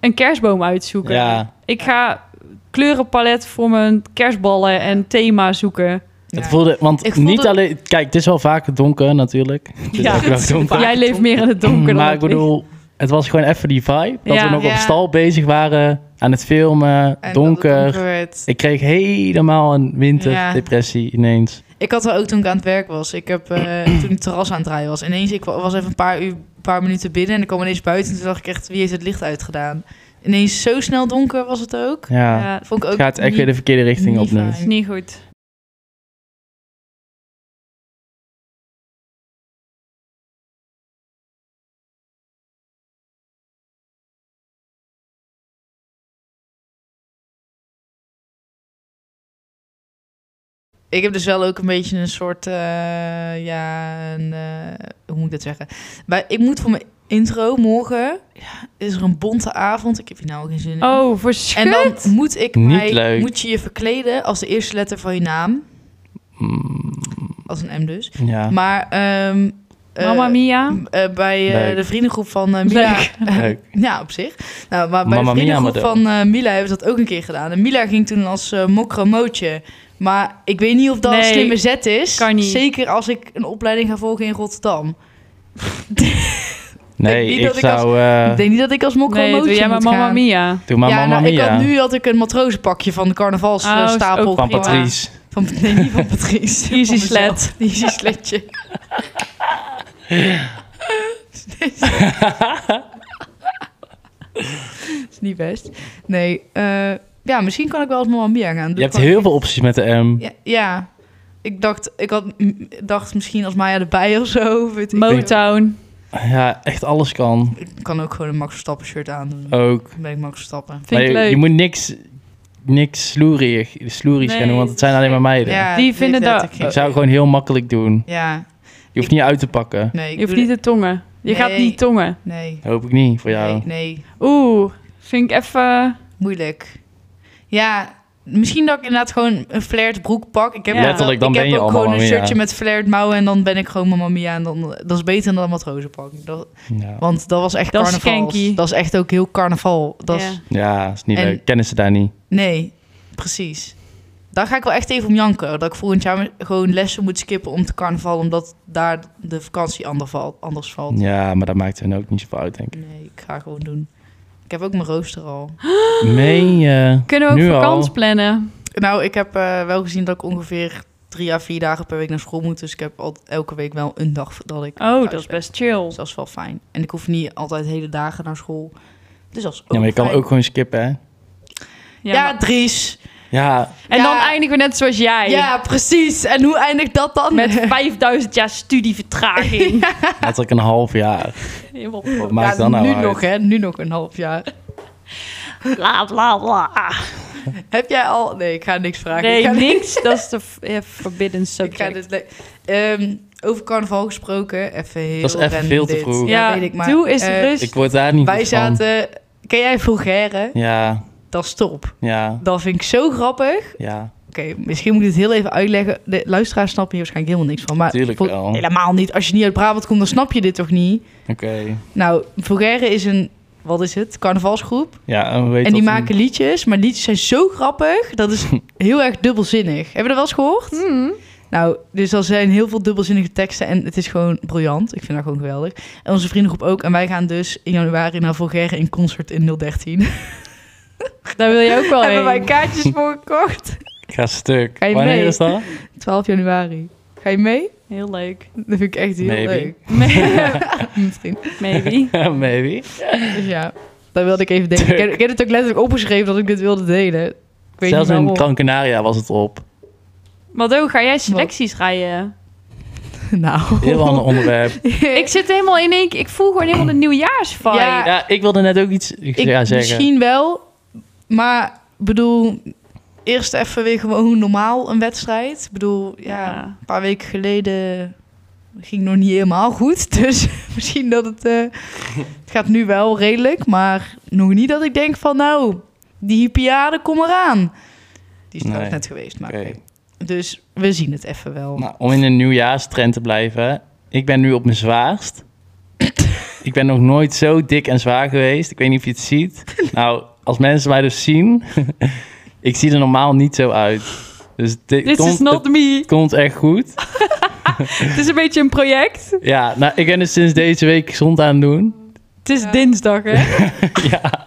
Speaker 4: een kerstboom uitzoeken.
Speaker 2: ja,
Speaker 4: Ik ga kleurenpalet voor mijn kerstballen en thema zoeken.
Speaker 2: het
Speaker 1: Ja.
Speaker 2: voelde... Want
Speaker 1: Ik voelde-
Speaker 2: niet alleen... Kijk, het is wel vaker donker natuurlijk. Het is
Speaker 4: Ja.
Speaker 2: elke dag donker.
Speaker 4: Jij leeft meer in het donker dan
Speaker 2: Mm, maar ik
Speaker 4: ik.
Speaker 2: bedoel, het was gewoon even die vibe. Dat
Speaker 4: Ja.
Speaker 2: we nog
Speaker 1: Ja.
Speaker 2: op stal bezig waren, aan het filmen,
Speaker 1: En dat het
Speaker 2: donker.
Speaker 1: werd.
Speaker 2: Ik kreeg helemaal een winterdepressie ineens.
Speaker 1: Ik had er ook toen ik aan het werk was. Ik heb eh, toen het terras aan het draaien was. Ineens, ik wa- was even een paar, uur, een paar minuten binnen en ik kwam ineens buiten. En toen dacht ik echt, wie heeft het licht uitgedaan? Ineens zo snel donker was het ook.
Speaker 2: Ja,
Speaker 4: Ja,
Speaker 1: Vond ik ook
Speaker 2: het gaat echt weer de verkeerde richting op
Speaker 1: niet
Speaker 2: nu.
Speaker 1: fijn.
Speaker 4: is niet goed.
Speaker 1: Ik heb dus wel ook een beetje een soort, eh, ja, een, eh, hoe moet ik dat zeggen? Maar ik moet voor mijn intro morgen, ja, is er een bonte avond. Ik heb hier nou ook geen zin in.
Speaker 4: Oh,
Speaker 1: en
Speaker 4: verschrikkelijk.
Speaker 1: dan moet ik
Speaker 2: Niet
Speaker 1: mij,
Speaker 2: leuk.
Speaker 1: moet je je verkleden als de eerste letter van je naam.
Speaker 2: Mm,
Speaker 1: Als een M dus.
Speaker 2: ja,
Speaker 1: Maar, ehm eh,
Speaker 4: Mamma mia.
Speaker 1: m- eh, bij eh,
Speaker 2: Leuk.
Speaker 1: de vriendengroep van eh, Mila.
Speaker 2: leuk.
Speaker 1: Ja, op zich. Nou, maar bij
Speaker 2: Mamma
Speaker 1: de
Speaker 2: Mia
Speaker 1: vriendengroep van eh, Mila hebben ze dat ook een keer gedaan. En Mila ging toen als eh mokromootje. Maar ik weet niet of dat een
Speaker 4: Nee,
Speaker 1: slimme zet is.
Speaker 4: kan niet.
Speaker 1: Zeker als ik een opleiding ga volgen in Rotterdam.
Speaker 2: Nee,
Speaker 1: Ik denk
Speaker 2: ik,
Speaker 1: niet dat ik als-
Speaker 2: zou... eh
Speaker 1: ik denk niet dat ik als
Speaker 4: nee,
Speaker 1: mokromootje
Speaker 4: doe jij maar
Speaker 1: moet
Speaker 4: Mamma
Speaker 1: gaan.
Speaker 4: Mia.
Speaker 2: Doe maar
Speaker 1: ja,
Speaker 2: Mamma
Speaker 1: nou, ik
Speaker 2: Mia
Speaker 1: had nu had ik een matrozenpakje van de
Speaker 4: Oh, is
Speaker 1: carnavalsstapel.
Speaker 4: ook
Speaker 2: van
Speaker 4: prima.
Speaker 2: Patrice.
Speaker 1: Van, nee, niet van Patrice.
Speaker 4: Easy
Speaker 1: Van mezelf.
Speaker 4: sled.
Speaker 1: Easy sletje. is niet best. Nee, eh, ja, misschien kan ik wel als Mamma Mia gaan.
Speaker 2: Je hebt heel veel opties met de M.
Speaker 1: Ja, ja. ik dacht, ik had, m- dacht misschien als Maya erbij of zo. Weet ik. veel.
Speaker 4: Motown.
Speaker 2: Ja, echt alles kan.
Speaker 1: Ik kan ook gewoon een Max Verstappen shirt aandoen.
Speaker 2: Ook.
Speaker 1: Dan ben ik Max Verstappen.
Speaker 4: Vind
Speaker 2: Maar
Speaker 4: ik
Speaker 2: je,
Speaker 4: leuk.
Speaker 2: je moet niks, niks sloerig, sloerigs
Speaker 4: Nee,
Speaker 2: gaan doen, want het zijn alleen maar meiden.
Speaker 1: Ja,
Speaker 4: Die
Speaker 1: ik
Speaker 4: vinden
Speaker 1: weet
Speaker 4: dat-
Speaker 1: ik geen-
Speaker 2: Ik zou het gewoon heel makkelijk doen.
Speaker 1: Ja,
Speaker 2: Je hoeft niet uit te pakken.
Speaker 1: nee. Ik
Speaker 4: Je hoeft
Speaker 1: doe
Speaker 4: niet te tongen. Je gaat
Speaker 1: Nee.
Speaker 4: niet tongen.
Speaker 1: dat- Nee.
Speaker 2: Hoop ik niet voor jou.
Speaker 1: Nee, nee.
Speaker 4: Oeh, vind ik even...
Speaker 1: Moeilijk. Ja, misschien dat ik inderdaad gewoon een flared broek pak. Ik heb,
Speaker 4: Ja.
Speaker 2: Letterlijk, dan
Speaker 1: ik
Speaker 2: ben
Speaker 1: heb
Speaker 2: je
Speaker 1: ook
Speaker 2: al
Speaker 1: gewoon
Speaker 2: Mamma
Speaker 1: een
Speaker 2: Mia.
Speaker 1: shirtje met flared mouwen en dan ben ik gewoon Mamma Mia. En dan, eh, dat is beter dan een matrozenpak. Dat,
Speaker 2: Ja.
Speaker 1: want dat was echt
Speaker 4: Dat is
Speaker 1: carnaval.
Speaker 4: skanky.
Speaker 1: Dat is echt ook heel carnaval. Dat is,
Speaker 4: Ja.
Speaker 2: Ja, is niet
Speaker 1: En-
Speaker 2: leuk. Kennen ze daar niet.
Speaker 1: Nee, precies. Daar ga ik wel echt even om janken. Dat ik volgend jaar gewoon lessen moet skippen om te carnaval. Omdat daar de vakantie ander valt, anders valt.
Speaker 2: Ja, maar dat maakt hen ook niet zoveel uit, denk ik.
Speaker 1: Nee, ik ga gewoon doen. Ik heb ook mijn rooster al.
Speaker 2: Meen je?
Speaker 4: Kunnen we
Speaker 2: Nu
Speaker 4: ook
Speaker 2: al.
Speaker 4: vakantie plannen?
Speaker 1: Nou, ik heb eh, wel gezien dat ik ongeveer drie à vier dagen per week naar school moet. Dus ik heb al, elke week wel een dag dat ik
Speaker 4: Oh,
Speaker 1: thuis
Speaker 4: dat is
Speaker 1: ben.
Speaker 4: best chill.
Speaker 1: Dus dat is wel fijn. En ik hoef niet altijd hele dagen naar school. Dus dat is ook
Speaker 2: Ja, maar je kan
Speaker 1: fijn.
Speaker 2: ook gewoon skippen, hè?
Speaker 1: Ja,
Speaker 4: maar-
Speaker 1: Dries.
Speaker 2: Ja,
Speaker 4: En
Speaker 1: Ja.
Speaker 4: dan eindigen we net zoals jij.
Speaker 1: Ja, precies. En hoe eindigt dat dan?
Speaker 4: Met 5000 jaar studievertraging.
Speaker 2: letterlijk een half jaar.
Speaker 4: Helemaal
Speaker 2: Wat maakt
Speaker 1: ja,
Speaker 2: dat nou
Speaker 1: nu
Speaker 2: uit?
Speaker 1: nog, hè? Nu nog een half jaar.
Speaker 4: bla bla bla.
Speaker 1: Heb jij al... Nee, ik ga niks vragen. ik
Speaker 4: Nee,
Speaker 1: ga
Speaker 4: niks. Dat is de f- eh, forbidden
Speaker 1: Ik ga
Speaker 4: subject.
Speaker 1: dit le- Ehm, over carnaval gesproken, even heel
Speaker 2: Dat is echt
Speaker 1: random
Speaker 2: veel te
Speaker 1: dit.
Speaker 2: vroeg.
Speaker 1: Ja,
Speaker 4: Ja,
Speaker 1: weet ik maar.
Speaker 4: doe eens
Speaker 1: Eh,
Speaker 4: rust.
Speaker 2: Ik word daar niet
Speaker 1: Wij
Speaker 2: goed van.
Speaker 1: zaten... Ken jij Vulgaire?
Speaker 2: Ja,
Speaker 1: Dat is top.
Speaker 2: ja,
Speaker 1: Dat vind ik zo grappig.
Speaker 2: ja.
Speaker 1: Oké, misschien moet ik dit heel even uitleggen. De luisteraars snappen hier waarschijnlijk helemaal niks van. Maar
Speaker 2: Tuurlijk
Speaker 1: voor-
Speaker 2: wel.
Speaker 1: Helemaal niet. Als je niet uit Brabant komt, dan snap je dit toch niet?
Speaker 2: Oké.
Speaker 1: Nou, Vulgaire is een... Wat is het? Carnavalsgroep.
Speaker 2: Ja, en we weten
Speaker 1: en die
Speaker 2: dat-
Speaker 1: maken liedjes. Maar liedjes zijn zo grappig. Dat is heel erg dubbelzinnig. Hebben we dat wel eens gehoord?
Speaker 4: Hmm.
Speaker 1: Nou, dus er zijn heel veel dubbelzinnige teksten en het is gewoon briljant. Ik vind dat gewoon geweldig. En onze vriendengroep ook. En wij gaan dus in januari naar Volgerre in concert in 013.
Speaker 4: Daar wil je ook wel
Speaker 1: Hebben wij
Speaker 4: heen.
Speaker 1: kaartjes voor gekocht.
Speaker 2: Ik ga stuk.
Speaker 1: Ga je
Speaker 2: Wanneer
Speaker 1: mee?
Speaker 2: is dat?
Speaker 1: 12 januari. Ga je mee?
Speaker 4: Heel leuk.
Speaker 1: Dat vind ik echt heel
Speaker 2: Maybe.
Speaker 1: leuk. Misschien.
Speaker 4: Maybe.
Speaker 2: Maybe.
Speaker 1: Dus ja, dat wilde ik even delen. Ik heb, ik heb het ook letterlijk opgeschreven dat ik dit wilde delen. Ik weet
Speaker 2: Zelfs
Speaker 1: niet
Speaker 2: in
Speaker 1: waarom.
Speaker 2: Gran Canaria was het op.
Speaker 4: Mado, ga jij selecties rijden?
Speaker 1: Nou.
Speaker 2: Heel ander onderwerp.
Speaker 4: Ik zit helemaal in één keer... Ik voel gewoon helemaal de nieuwjaarsvibe.
Speaker 1: Ja.
Speaker 2: Ja, ik wilde net ook iets
Speaker 1: Ik,
Speaker 2: ja, zeggen.
Speaker 1: misschien wel, maar bedoel, eerst even weer gewoon normaal een wedstrijd. Ik bedoel, ja,
Speaker 4: Ja.
Speaker 1: een paar weken geleden ging nog niet helemaal goed. Dus misschien dat het, eh, het gaat nu wel redelijk, maar nog niet dat ik denk van nou, die hypiade, kom eraan. Die is trouwens
Speaker 2: Nee.
Speaker 1: net geweest, maar
Speaker 2: Oké.
Speaker 1: oké. Dus we zien het even wel.
Speaker 2: Nou, om in een nieuwjaarstrend te blijven. Ik ben nu op mijn zwaarst. ik ben nog nooit zo dik en zwaar geweest. Ik weet niet of je het ziet. nou, als mensen mij dus zien... ik zie er normaal niet zo uit. Dus dit
Speaker 4: This
Speaker 2: komt,
Speaker 4: is not me.
Speaker 2: het komt echt goed.
Speaker 4: Het is een beetje een project.
Speaker 2: Ja, nou, ik ben dus sinds deze week gezond aan het doen.
Speaker 4: Het is dinsdag, hè?
Speaker 2: ja.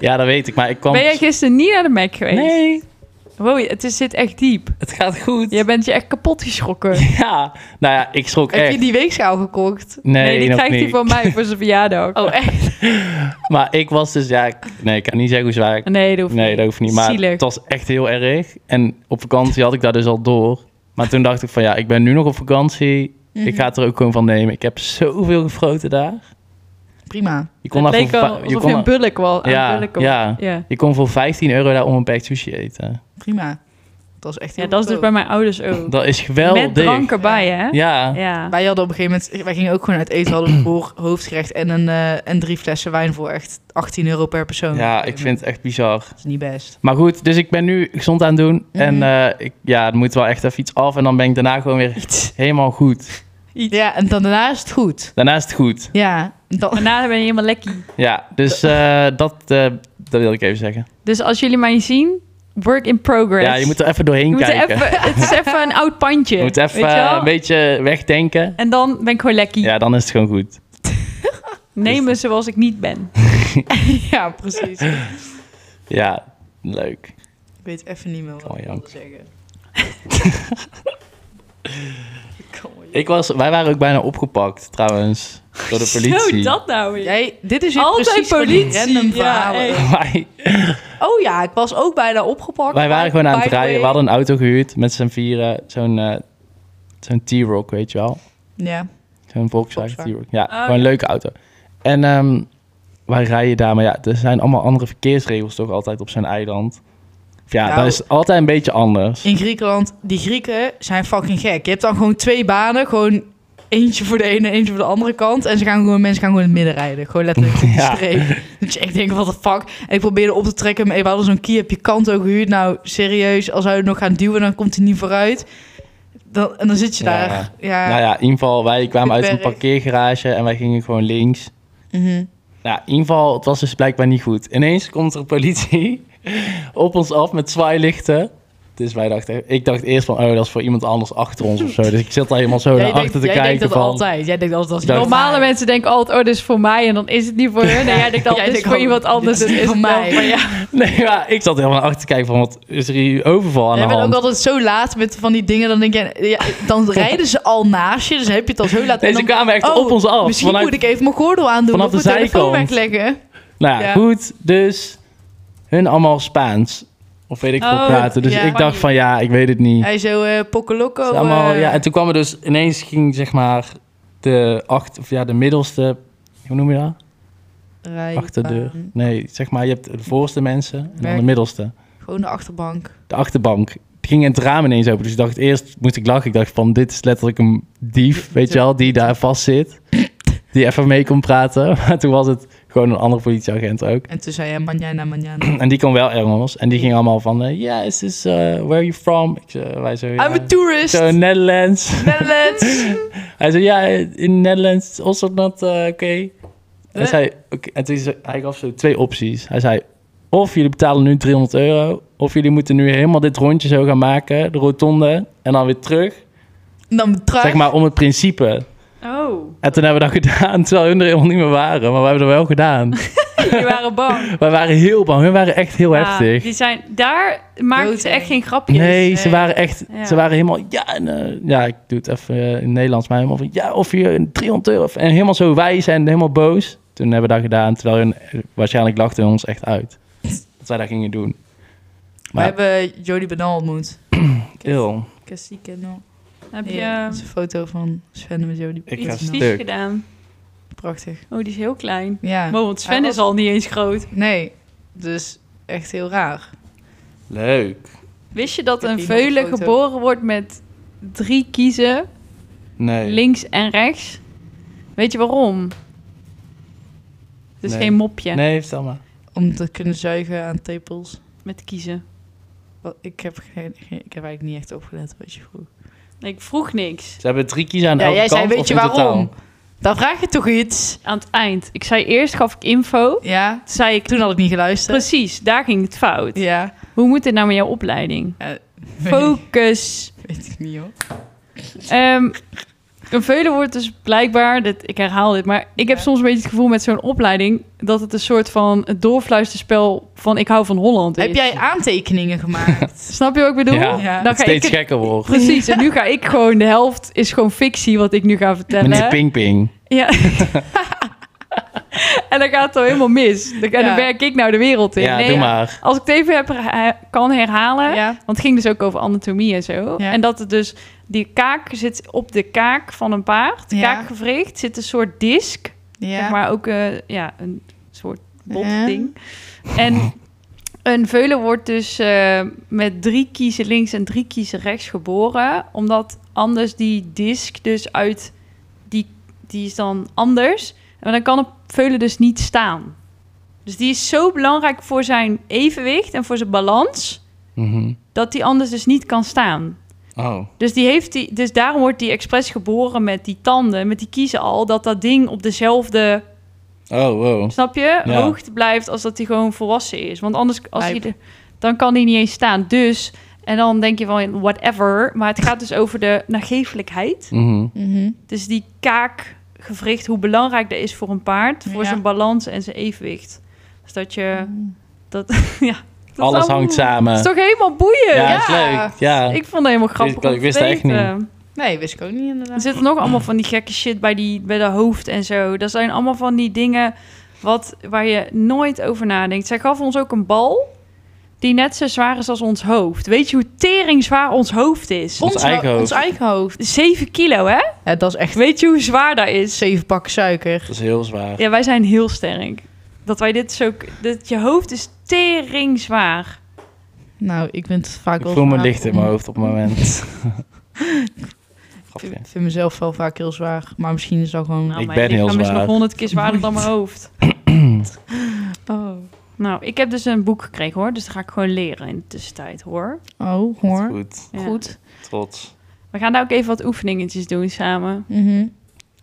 Speaker 2: ja, dat weet ik. Maar ik kwam...
Speaker 4: Ben jij gisteren niet naar de Mac geweest?
Speaker 2: Nee,
Speaker 4: Wow, het is, zit echt diep.
Speaker 2: het gaat goed.
Speaker 4: Jij bent je echt kapot geschrokken.
Speaker 2: Ja, nou ja, ik schrok
Speaker 1: Heb
Speaker 2: echt.
Speaker 1: je die weegschaal gekocht?
Speaker 2: Nee,
Speaker 4: Nee, die
Speaker 2: nog
Speaker 4: krijgt hij
Speaker 2: niet.
Speaker 4: van mij voor zijn verjaardag.
Speaker 1: Oh, echt?
Speaker 2: Maar ik was dus, ja, ik- nee, ik kan niet zeggen hoe zwaar ik...
Speaker 4: Nee, dat hoeft
Speaker 2: Nee,
Speaker 4: niet.
Speaker 2: dat hoeft niet. Maar
Speaker 4: Zielig.
Speaker 2: het was echt heel erg. En op vakantie had ik daar dus al door. Maar toen dacht ik van, ja, ik ben nu nog op vakantie.
Speaker 4: Mhm.
Speaker 1: Mhm.
Speaker 2: Ik ga het er ook gewoon van nemen. Ik heb zoveel gefroten daar.
Speaker 1: Prima.
Speaker 2: Je kon,
Speaker 4: Het
Speaker 2: daar
Speaker 4: leek
Speaker 2: voor,
Speaker 4: wel
Speaker 2: va- je
Speaker 4: alsof je
Speaker 2: kon,
Speaker 4: een bulk was. aan
Speaker 2: ja,
Speaker 4: bulk was.
Speaker 2: ja,
Speaker 4: ja.
Speaker 2: je kon voor 15 euro daar onbeperkt sushi eten.
Speaker 1: Prima. Dat was echt
Speaker 4: Ja,
Speaker 1: heel
Speaker 4: dat is dus
Speaker 1: goedkoop.
Speaker 4: bij mijn ouders ook.
Speaker 2: Dat is geweldig.
Speaker 4: Met drank erbij, hè?
Speaker 2: Ja.
Speaker 4: Ja.
Speaker 1: Wij hadden op een gegeven moment, wij gingen ook gewoon uit eten, hadden we voor hoofdgerecht en, een, eh, en drie flessen wijn voor echt 18 euro per persoon.
Speaker 2: ja, ik vind het echt bizar.
Speaker 1: Dat is niet best.
Speaker 2: Maar goed, dus ik ben nu gezond aan het doen. En
Speaker 1: Mhm.
Speaker 2: eh, ik, ja, er moet wel echt even iets af. En dan ben ik daarna gewoon weer helemaal goed.
Speaker 1: Ja, en dan daarna is het goed.
Speaker 2: Daarna is het goed.
Speaker 1: Ja, dan,
Speaker 4: Daarna ben je helemaal lekker.
Speaker 2: Ja, dus eh, dat, eh, dat wil ik even zeggen.
Speaker 4: Dus als jullie mij zien, work in progress.
Speaker 2: Ja, je moet er even doorheen
Speaker 4: Je moet er
Speaker 2: kijken.
Speaker 4: even, het is even een oud pandje.
Speaker 2: je moet even eh,
Speaker 4: weet je wel?
Speaker 2: een beetje wegdenken.
Speaker 4: En dan ben ik gewoon lekker.
Speaker 2: Ja, dan is het gewoon goed.
Speaker 4: Neem me zoals ik niet ben.
Speaker 1: ja, precies. Ik
Speaker 2: Ja, leuk.
Speaker 1: weet even niet meer wat
Speaker 2: Oh,
Speaker 1: ik
Speaker 2: ja.
Speaker 1: wilde zeggen. Ik kan wel janken.
Speaker 2: Ik was, wij waren ook bijna opgepakt, trouwens, door de politie.
Speaker 4: Zo, dat nou weer.
Speaker 1: Jij, dit is weer
Speaker 4: Altijd
Speaker 1: precies van die
Speaker 4: politie,
Speaker 1: random
Speaker 4: ja,
Speaker 1: verhalen.
Speaker 4: echt.
Speaker 2: Wij,
Speaker 1: Oh ja, ik was ook bijna opgepakt.
Speaker 2: wij waren gewoon aan het
Speaker 1: By the
Speaker 2: rijden. We
Speaker 1: way.
Speaker 2: hadden een auto gehuurd met z'n vieren. Zo'n eh, zo'n T-Rock, weet je wel.
Speaker 1: Ja.
Speaker 2: Zo'n Volkswagen
Speaker 1: Volkswagen.
Speaker 2: T-Rock. Ja,
Speaker 4: Oh,
Speaker 2: gewoon een
Speaker 4: ja.
Speaker 2: leuke auto. En ehm, wij rijden daar, maar ja, er zijn allemaal andere verkeersregels toch altijd op zo'n eiland. Of ja,
Speaker 1: Nou.
Speaker 2: dat is altijd een beetje anders.
Speaker 1: In Griekenland, die Grieken zijn fucking gek. Je hebt dan gewoon twee banen, gewoon eentje voor de ene, eentje voor de andere kant. En ze gaan gewoon, mensen gaan gewoon in het midden rijden. Gewoon letterlijk op de
Speaker 2: Ja.
Speaker 1: streep. Dus ik denk, wat de fuck. En ik probeerde op te trekken, maar we hadden zo'n key op je kant ook gehuurd. Nou, serieus, als we het nog gaan duwen, dan komt hij niet vooruit. Dan, en dan zit je
Speaker 2: Ja.
Speaker 1: daar. Ja.
Speaker 2: Nou ja, in ieder geval, wij kwamen uit een
Speaker 1: Berg.
Speaker 2: parkeergarage en wij gingen gewoon links.
Speaker 1: Mhm.
Speaker 2: Nou, in ieder geval, het was dus blijkbaar niet goed. Ineens komt er politie op ons af met zwaailichten. Dus wij dachten, ik dacht eerst van, oh, dat is voor iemand anders achter ons of zo. Dus ik zit daar helemaal zo
Speaker 1: Jij
Speaker 2: naar
Speaker 1: denkt-
Speaker 2: achter te
Speaker 1: jij
Speaker 2: kijken
Speaker 1: denkt dat
Speaker 2: van...
Speaker 1: altijd. Jij denkt altijd als
Speaker 2: Dank-
Speaker 4: Normale mensen denken altijd, oh, dit is voor mij en dan is het niet voor hun. Nee, jij denkt altijd, dit
Speaker 1: Jij
Speaker 4: is
Speaker 1: denkt
Speaker 4: voor
Speaker 1: ook,
Speaker 4: iemand anders.
Speaker 1: dit is
Speaker 4: dus
Speaker 1: voor
Speaker 4: het wel
Speaker 1: mij.
Speaker 4: voor jou.
Speaker 2: Nee, maar ik zat helemaal naar achter te kijken van, wat is er hier overval aan
Speaker 1: Jij
Speaker 2: de
Speaker 1: bent ook
Speaker 2: hand?
Speaker 1: altijd zo laat met van die dingen. Dan denk je, ja, dan rijden ze al naast je. Dus dan heb je het al zo laat.
Speaker 2: Nee,
Speaker 1: en
Speaker 2: ze
Speaker 1: dan Oh,
Speaker 2: kwamen echt op ons af.
Speaker 1: Misschien
Speaker 2: vanuit-
Speaker 1: moet ik even mijn gordel aandoen.
Speaker 2: vanaf
Speaker 1: of
Speaker 2: de
Speaker 1: mijn telefoon
Speaker 2: zijkant.
Speaker 1: wegleggen.
Speaker 2: Nou ja,
Speaker 1: Ja.
Speaker 2: goed. Dus hun allemaal Spaans. Of weet ik veel
Speaker 4: Oh,
Speaker 2: praten. Dus
Speaker 1: ja.
Speaker 2: ik dacht van ja, ik weet het niet.
Speaker 1: Hij zo eh pokkeloko.
Speaker 2: Het is Hm. allemaal,
Speaker 1: eh,
Speaker 2: ja, en toen kwam er dus ineens ging zeg maar de acht, of ja, de middelste, hoe noem je dat?
Speaker 1: rijbaan.
Speaker 2: Achterdeur.
Speaker 1: Ehm,
Speaker 2: Nee, zeg maar, je hebt de voorste mensen en dan de
Speaker 1: eh, Werk.
Speaker 2: middelste.
Speaker 1: Gewoon de achterbank.
Speaker 2: De achterbank. Het ging het raam ineens open. Dus ik dacht eerst moest ik lachen. Ik dacht van dit is letterlijk een dief, weet je wel, die daar vast zit. Die even mee kon praten. Maar toen was het gewoon een andere politieagent ook.
Speaker 1: En toen zei hij, manjana, manjana.
Speaker 2: En die kon wel Engels. En die ging allemaal van, eh, yeah, is this, eh, where are you from? Ik zei, eh, wij zo, ja,
Speaker 1: I'm a tourist.
Speaker 2: zo, Netherlands.
Speaker 1: Netherlands.
Speaker 2: hij zei, ja, in Netherlands it's also not eh, oké. Hij
Speaker 1: Eh?
Speaker 2: zei, oké. En toen zei, hij gaf zo twee opties. Hij zei, of jullie betalen nu 300 euro, of jullie moeten nu helemaal dit rondje zo gaan maken, de rotonde, en dan weer terug.
Speaker 1: En dan de truck.
Speaker 2: Zeg maar om het principe.
Speaker 4: Oh.
Speaker 2: En toen hebben we dat gedaan, terwijl hun er helemaal niet meer waren, maar we hebben dat wel gedaan.
Speaker 4: Die waren bang.
Speaker 2: Wij waren heel bang. Hun waren echt heel
Speaker 4: Ja,
Speaker 2: heftig.
Speaker 4: Die zijn, daar maakten ze
Speaker 1: Doodeng.
Speaker 4: echt geen grapjes.
Speaker 2: Nee, ze
Speaker 1: nee.
Speaker 2: waren echt,
Speaker 4: Ja.
Speaker 2: ze waren helemaal, ja, en, eh, ja, ik doe het even eh, in het Nederlands, maar helemaal van, ja, of je een 300 euro, of- en helemaal zo wijs en helemaal boos. Toen hebben we dat gedaan, terwijl hun, eh, waarschijnlijk lachten hun ons echt uit. Dat wij dat gingen doen.
Speaker 1: We
Speaker 2: Maar-
Speaker 1: hebben Jodie Benal ontmoet.
Speaker 2: Eeuw,
Speaker 1: Cassie Kendall.
Speaker 4: Heb je eh,
Speaker 1: Ja, dat is een foto van Sven met Jodie
Speaker 2: Ik
Speaker 4: iets
Speaker 2: ga
Speaker 1: Benal.
Speaker 4: vies
Speaker 2: stuk.
Speaker 4: gedaan?
Speaker 1: Prachtig.
Speaker 4: Oh, die is heel klein.
Speaker 1: Ja.
Speaker 4: Mo, want Sven
Speaker 1: Hij
Speaker 4: is al niet eens groot.
Speaker 1: Nee, dus echt heel raar.
Speaker 2: leuk.
Speaker 4: Wist je dat
Speaker 1: Ik heb
Speaker 4: een
Speaker 1: hier nog een
Speaker 4: veulen
Speaker 1: foto.
Speaker 4: geboren wordt met drie kiezen,
Speaker 2: Nee.
Speaker 4: links en rechts? Weet je waarom? Het is
Speaker 2: Nee.
Speaker 4: geen mopje
Speaker 2: Nee, vertel maar.
Speaker 1: Om te kunnen zuigen aan tepels.
Speaker 4: met kiezen.
Speaker 1: Wat, ik, heb geen, geen- ik heb eigenlijk niet echt opgelet wat je vroeg.
Speaker 4: Ik vroeg niks.
Speaker 2: Ze hebben drie kiezen aan
Speaker 1: Ja,
Speaker 2: elke
Speaker 1: jij zei,
Speaker 2: kant,
Speaker 1: weet
Speaker 2: of
Speaker 1: je
Speaker 2: in
Speaker 1: waarom? Nou,
Speaker 2: totaal?
Speaker 1: Dan vraag je toch iets?
Speaker 4: Aan het eind. Ik zei eerst, gaf ik info. Toen
Speaker 1: Ja,
Speaker 4: zei ik,
Speaker 1: toen had ik niet geluisterd.
Speaker 4: precies, daar ging het fout.
Speaker 1: Ja,
Speaker 4: Hoe moet dit nou met jouw opleiding?
Speaker 1: Eh,
Speaker 4: Focus.
Speaker 1: weet ik niet hoor.
Speaker 4: Ehm, een veulen wordt dus blijkbaar, dit, ik herhaal dit, maar ik heb
Speaker 1: Ja.
Speaker 4: soms een beetje het gevoel met zo'n opleiding dat het een soort van het doorfluisterspel van ik hou van Holland is.
Speaker 1: Heb jij aantekeningen gemaakt?
Speaker 4: Snap je wat ik bedoel?
Speaker 2: Ja,
Speaker 1: Ja.
Speaker 4: Dan
Speaker 2: dat
Speaker 4: ga
Speaker 2: steeds
Speaker 4: ik,
Speaker 2: gekker wordt.
Speaker 4: precies, en nu ga ik gewoon, de helft is gewoon fictie wat ik nu ga
Speaker 2: Meneer
Speaker 4: vertellen.
Speaker 2: Ping Ping.
Speaker 4: Ja. en dan gaat het al helemaal mis. Dan, en dan
Speaker 1: Ja.
Speaker 4: werk ik nou de wereld in.
Speaker 2: Ja,
Speaker 4: Nee,
Speaker 2: doe maar.
Speaker 4: Als ik het even heb, herha- kan herhalen,
Speaker 1: ja.
Speaker 4: want het ging dus ook over anatomie en zo.
Speaker 1: Ja.
Speaker 4: En dat het dus, die kaak zit op de kaak van een paard.
Speaker 1: Ja.
Speaker 4: Kaakgewricht zit een soort disc.
Speaker 1: Ja.
Speaker 4: Zeg maar ook eh, ja, een soort
Speaker 1: Ja.
Speaker 4: botding. En een veulen wordt dus eh, met drie kiezen links en drie kiezen rechts geboren. Omdat anders die disc dus uit... Die, die is dan anders. Maar dan kan een veulen dus niet staan. Dus die is zo belangrijk voor zijn evenwicht en voor zijn balans
Speaker 2: Mhm.
Speaker 4: dat die anders dus niet kan staan.
Speaker 2: Oh,
Speaker 4: Dus, die heeft die, dus daarom wordt die expres geboren met die tanden, met die kiezen al, dat dat ding op dezelfde,
Speaker 2: oh, wow.
Speaker 4: snap je,
Speaker 2: Ja.
Speaker 4: hoogte blijft als dat hij gewoon volwassen is. Want anders, als hij
Speaker 1: Lijp.
Speaker 4: de- dan kan hij niet eens staan. Dus, en dan denk je van whatever, maar het gaat dus over de nageeflijkheid.
Speaker 2: Mhm.
Speaker 1: Mhm.
Speaker 4: Dus die kaakgewricht, hoe belangrijk dat is voor een paard, voor
Speaker 1: Ja.
Speaker 4: zijn balans en zijn evenwicht. Dus dat je, dat, ja. dat is
Speaker 2: Alles
Speaker 4: allemaal-
Speaker 2: hangt
Speaker 4: Het
Speaker 2: samen.
Speaker 4: is toch helemaal boeiend?
Speaker 2: Ja, is
Speaker 1: Ja.
Speaker 2: leuk. Ja.
Speaker 4: Ik vond het helemaal grappig.
Speaker 2: Ik- ik
Speaker 4: om te
Speaker 2: wist dat echt
Speaker 4: weten.
Speaker 1: Nee, wist ik ook niet
Speaker 4: Er
Speaker 1: inderdaad.
Speaker 4: zitten nog allemaal van die gekke shit bij, die, bij de hoofd en zo. Dat zijn allemaal van die dingen wat, waar je nooit over nadenkt. Zij gaf ons ook een bal die net zo zwaar is als ons hoofd. Weet je hoe tering zwaar ons hoofd is?
Speaker 2: Ons eigen
Speaker 1: ho-
Speaker 2: hoofd.
Speaker 1: Ons eigen hoofd.
Speaker 4: 7 kilo, hè?
Speaker 1: Ja, dat is echt
Speaker 4: Weet je hoe zwaar dat is?
Speaker 1: zeven pak suiker.
Speaker 2: Dat is heel zwaar.
Speaker 4: Ja, wij zijn heel sterk. Dat wij dit zo... Dat je hoofd is tering zwaar.
Speaker 1: Nou, ik vind het vaak
Speaker 2: Ik
Speaker 1: wel
Speaker 2: voel me
Speaker 1: zwaar
Speaker 2: licht in
Speaker 1: om-
Speaker 2: mijn hoofd op het moment.
Speaker 1: Ik
Speaker 2: Grapje.
Speaker 1: vind, vind mezelf wel vaak heel zwaar. Maar misschien is dat gewoon...
Speaker 4: Nou,
Speaker 2: Ik
Speaker 4: mijn
Speaker 2: ben heel
Speaker 4: lichaam is
Speaker 2: zwaar.
Speaker 4: nog honderd keer zwaarder dan mijn hoofd.
Speaker 1: Oh,
Speaker 4: Nou, ik heb dus een boek gekregen, hoor. Dus dat ga ik gewoon leren in de tussentijd, hoor.
Speaker 1: oh hoor.
Speaker 2: Goed,
Speaker 4: Ja.
Speaker 1: Goed.
Speaker 2: trots.
Speaker 4: We gaan daar ook even wat oefeningetjes doen samen.
Speaker 1: Mhm. Heel-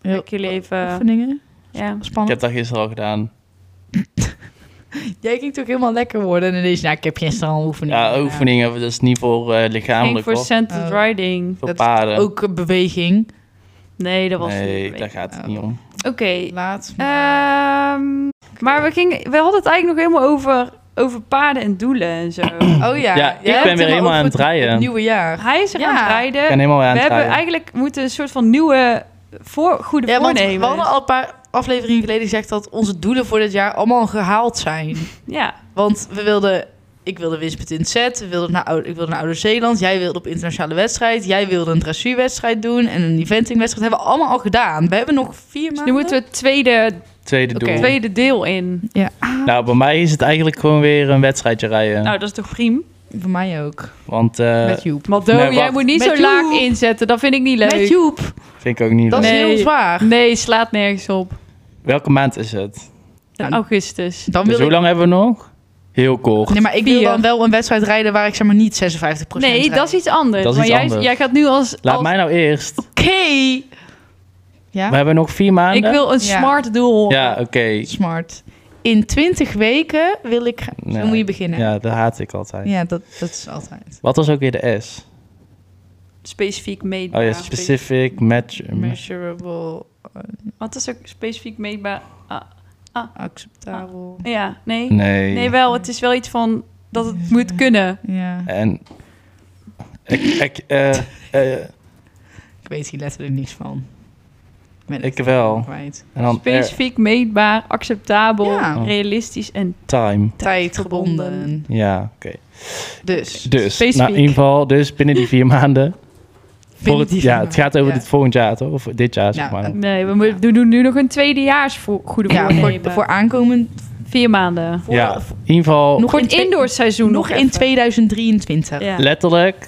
Speaker 4: Wil ik jullie even...
Speaker 1: Oefeningen.
Speaker 4: Ja.
Speaker 2: eh, Ik
Speaker 1: Spannend.
Speaker 2: heb dat gisteren al gedaan.
Speaker 1: Jij ging toch helemaal lekker worden. En ineens, nou, ik heb gisteren al oefeningen.
Speaker 2: Ja, oefeningen, dat is niet voor eh,
Speaker 4: Ging
Speaker 2: lichamelijk
Speaker 4: voor
Speaker 2: hoor.
Speaker 4: centered
Speaker 1: Oh.
Speaker 4: riding.
Speaker 2: Voor
Speaker 1: dat is
Speaker 2: paarden.
Speaker 1: Ook eh, beweging.
Speaker 4: Nee, dat was
Speaker 2: nee,
Speaker 4: niet.
Speaker 2: daar gaat het niet
Speaker 1: Oh.
Speaker 2: om.
Speaker 4: Oké.
Speaker 1: Laat.
Speaker 4: ehm, maar we, gingen, we hadden het eigenlijk nog helemaal over, over paarden en doelen en zo.
Speaker 1: oh ja.
Speaker 2: Ja,
Speaker 1: jij
Speaker 2: ik ben
Speaker 1: hebt
Speaker 2: weer
Speaker 1: helemaal
Speaker 2: helemaal
Speaker 1: over
Speaker 2: aan het draaien.
Speaker 1: Het nieuwe jaar.
Speaker 4: Hij is er
Speaker 1: Ja.
Speaker 4: aan het
Speaker 2: Ik
Speaker 4: rijden.
Speaker 2: ben helemaal aan
Speaker 4: we
Speaker 2: het
Speaker 4: hebben
Speaker 2: draaien.
Speaker 4: eigenlijk moeten een soort van nieuwe voor, goede
Speaker 1: Ja, want we
Speaker 4: voornemen.
Speaker 1: hadden al een paar afleveringen geleden gezegd dat onze doelen voor dit jaar allemaal gehaald zijn.
Speaker 4: Ja, dus
Speaker 1: Want we wilden, ik wilde winstpunt in het set, we wilden naar, Oude- ik wilde naar Ouder-Zeeland, jij wilde op internationale wedstrijd, jij wilde een dressuurwedstrijd doen en een eventingwedstrijd. Dat hebben we allemaal al gedaan. We hebben nog vier
Speaker 4: dus
Speaker 1: maanden.
Speaker 4: nu moeten we het tweede,
Speaker 2: Tweede doel.
Speaker 1: Oké.
Speaker 4: tweede deel in.
Speaker 2: Nou, bij mij is het eigenlijk gewoon weer een wedstrijdje rijden.
Speaker 4: Nou, dat is toch priem?
Speaker 1: Voor mij ook.
Speaker 2: Want eh,
Speaker 1: Met Joep.
Speaker 4: Maldo,
Speaker 2: nee,
Speaker 4: jij
Speaker 2: wacht.
Speaker 4: moet niet
Speaker 1: Met
Speaker 4: zo laag
Speaker 1: Joep.
Speaker 4: inzetten. Dat vind ik niet leuk.
Speaker 1: Met Joep.
Speaker 2: vind ik ook niet
Speaker 1: Dat
Speaker 2: leuk.
Speaker 1: is
Speaker 4: Nee.
Speaker 1: heel zwaar.
Speaker 4: Nee, slaat nergens op.
Speaker 2: Welke maand is het?
Speaker 1: Nou,
Speaker 4: Augustus.
Speaker 1: Dan
Speaker 2: Dus
Speaker 1: wil
Speaker 2: hoe
Speaker 1: ik...
Speaker 2: lang hebben we nog? Heel kort.
Speaker 1: Nee, maar ik wil
Speaker 4: Vier.
Speaker 1: dan wel een wedstrijd rijden waar ik zeg maar niet 56%
Speaker 4: Nee,
Speaker 1: rijd.
Speaker 4: dat is iets anders.
Speaker 2: Dat is
Speaker 4: maar
Speaker 2: iets
Speaker 4: jij,
Speaker 2: anders.
Speaker 4: jij gaat nu als...
Speaker 2: Laat
Speaker 4: als-
Speaker 2: mij nou eerst.
Speaker 1: Oké. Ja,
Speaker 2: We hebben nog vier
Speaker 4: Ik
Speaker 2: maanden.
Speaker 4: wil een
Speaker 1: Ja.
Speaker 4: smart doel.
Speaker 2: Ja, oké.
Speaker 1: smart. In 20 weken wil ik... gra-
Speaker 2: Nee.
Speaker 1: Zo moet je beginnen. Ja,
Speaker 2: Ja, dat haat ik altijd.
Speaker 1: dat, dat is altijd.
Speaker 2: Wat was ook weer de S?
Speaker 4: Specifiek meetbaar.
Speaker 2: Oh ja, specific, match.
Speaker 1: Measurable.
Speaker 4: Wat is ook specifiek meetbaar? Ah, Ah.
Speaker 1: Acceptabel.
Speaker 4: Ja, nee. nee.
Speaker 2: Nee.
Speaker 4: wel. Het is wel iets van dat het moet kunnen.
Speaker 1: Ja,
Speaker 2: En... Ik, ik, eh, eh,
Speaker 1: ik weet hier letterlijk niks van. Ik ben
Speaker 2: ik
Speaker 1: echt
Speaker 2: wel.
Speaker 1: kwijt.
Speaker 2: En dan eh, Oh. er-
Speaker 4: Specifiek, meetbaar, acceptabel,
Speaker 1: Ja.
Speaker 4: realistisch en
Speaker 2: time.
Speaker 1: Tijdgebonden.
Speaker 4: Tijdgebonden.
Speaker 2: Ja, oké.
Speaker 1: Dus.
Speaker 2: Dus, nou,
Speaker 4: Specifiek.
Speaker 2: in ieder geval, dus binnen die vier maanden. Voor het,
Speaker 1: Binnen die
Speaker 2: ja,
Speaker 1: vier
Speaker 2: het gaat over
Speaker 1: maanden,
Speaker 2: dit volgend jaar, toch? Of dit jaar, zeg
Speaker 1: Ja,
Speaker 2: maar.
Speaker 1: en-
Speaker 4: Nee, we, moeten- we doen nu nog een tweedejaars voor, goede
Speaker 1: ja,
Speaker 4: voornemen.
Speaker 1: voor, voor aankomend.
Speaker 4: Vier maanden.
Speaker 1: Voor,
Speaker 2: ja,
Speaker 1: voor-
Speaker 2: in ieder geval
Speaker 1: nog
Speaker 4: Voor
Speaker 1: in
Speaker 4: het
Speaker 1: twee-
Speaker 4: indoorseizoen
Speaker 1: nog in
Speaker 4: even.
Speaker 1: 2023.
Speaker 4: Ja.
Speaker 2: letterlijk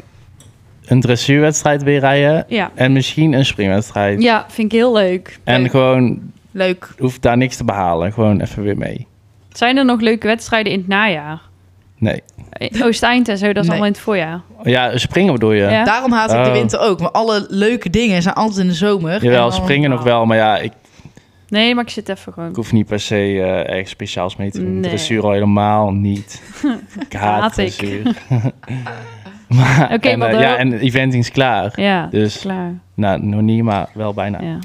Speaker 2: een dressuurwedstrijd weer rijden.
Speaker 4: Ja.
Speaker 2: En misschien een springwedstrijd.
Speaker 4: ja, vind ik heel leuk.
Speaker 2: En
Speaker 1: Leuk.
Speaker 2: gewoon,
Speaker 1: Leuk.
Speaker 2: hoeft daar niks te behalen. Gewoon even weer mee.
Speaker 4: Zijn er nog leuke wedstrijden in het najaar?
Speaker 2: Nee.
Speaker 4: In Oost-Eind en zo, dat is
Speaker 1: Nee.
Speaker 4: allemaal in het voorjaar.
Speaker 2: Ja, springen bedoel je?
Speaker 4: Ja.
Speaker 1: Daarom haat ik de
Speaker 2: Oh.
Speaker 1: winter ook. Maar alle leuke dingen zijn altijd in de zomer.
Speaker 2: Jawel,
Speaker 1: En dan-
Speaker 2: springen nog wel. Maar ja, ik,
Speaker 4: Nee, maar ik zit even
Speaker 2: ik
Speaker 4: gewoon.
Speaker 2: hoef niet per se eh, ergens speciaals mee te doen.
Speaker 4: Nee.
Speaker 2: Dressuur al helemaal niet. Ik haat,
Speaker 4: Haat ik.
Speaker 2: dressuur. maar,
Speaker 4: Oké,
Speaker 2: en,
Speaker 4: maar
Speaker 2: eh,
Speaker 4: dan-
Speaker 2: ja, en de eventing is klaar.
Speaker 4: Ja,
Speaker 2: Dus,
Speaker 4: klaar.
Speaker 2: nou, nog niet, maar wel bijna.
Speaker 4: Ja.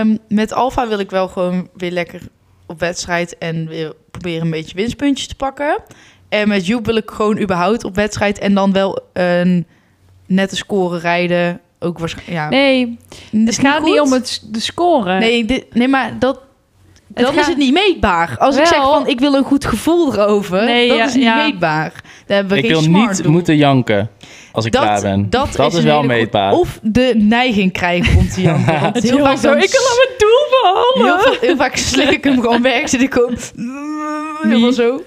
Speaker 1: Ehm, met Alfa wil ik wel gewoon weer lekker op wedstrijd en weer proberen een beetje winstpuntjes te pakken. En met Joep wil ik gewoon überhaupt op wedstrijd en dan wel een nette score rijden. Ook waarschijnlijk. Ja,
Speaker 4: Nee,
Speaker 1: Is
Speaker 4: het gaat
Speaker 1: goed?
Speaker 4: niet om het, de score.
Speaker 1: Nee, dit- nee, maar dat. Dan
Speaker 4: gaat-
Speaker 1: is het niet meetbaar. Als ik
Speaker 4: Wel.
Speaker 1: zeg van ik wil een goed gevoel erover,
Speaker 4: Nee,
Speaker 1: dat
Speaker 4: ja,
Speaker 1: is niet
Speaker 4: ja.
Speaker 1: meetbaar. Dan hebben we
Speaker 2: ik
Speaker 1: geen
Speaker 2: wil
Speaker 1: smart
Speaker 2: niet
Speaker 1: doel.
Speaker 2: moeten janken als ik
Speaker 1: dat,
Speaker 2: klaar ben.
Speaker 1: Dat,
Speaker 2: is,
Speaker 1: een
Speaker 2: wel
Speaker 1: hele goe-
Speaker 2: meetbaar.
Speaker 1: Of de neiging krijgen om te janken. Want heel
Speaker 4: Heel
Speaker 1: vaak
Speaker 4: zo,
Speaker 1: dan
Speaker 4: ik wil aan mijn doel
Speaker 1: Heel,
Speaker 4: behalen.
Speaker 1: veel- heel vaak slik ik hem gewoon weg. Zit ik gewoon helemaal zo.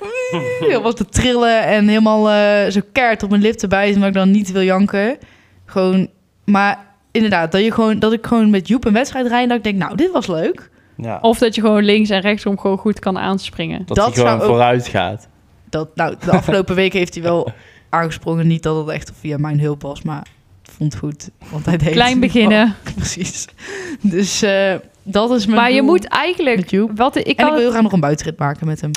Speaker 1: Helemaal te trillen en helemaal eh, zo keert op mijn lip te bijten. Maar ik dan niet wil janken. Gewoon, maar inderdaad, dat, je gewoon, dat ik gewoon met Joep een wedstrijd rijd. En dat ik denk, nou, dit was leuk.
Speaker 2: ja.
Speaker 4: Of dat je gewoon links en rechtsom gewoon goed kan aanspringen.
Speaker 2: dat,
Speaker 1: dat
Speaker 2: hij gewoon
Speaker 1: zou ook-
Speaker 2: vooruit gaat.
Speaker 1: Dat, nou, de afgelopen weken heeft hij wel aangesprongen. Niet dat het echt via mijn hulp was, maar ik vond het goed. Want hij deed
Speaker 4: Klein
Speaker 1: het niet
Speaker 4: beginnen.
Speaker 1: wel. Precies. Dus eh, dat is mijn
Speaker 4: Maar je
Speaker 1: doel
Speaker 4: moet eigenlijk...
Speaker 1: met Joep.
Speaker 4: Wat, ik
Speaker 1: En
Speaker 4: kan
Speaker 1: ik wil heel graag nog een buitenrit maken met hem.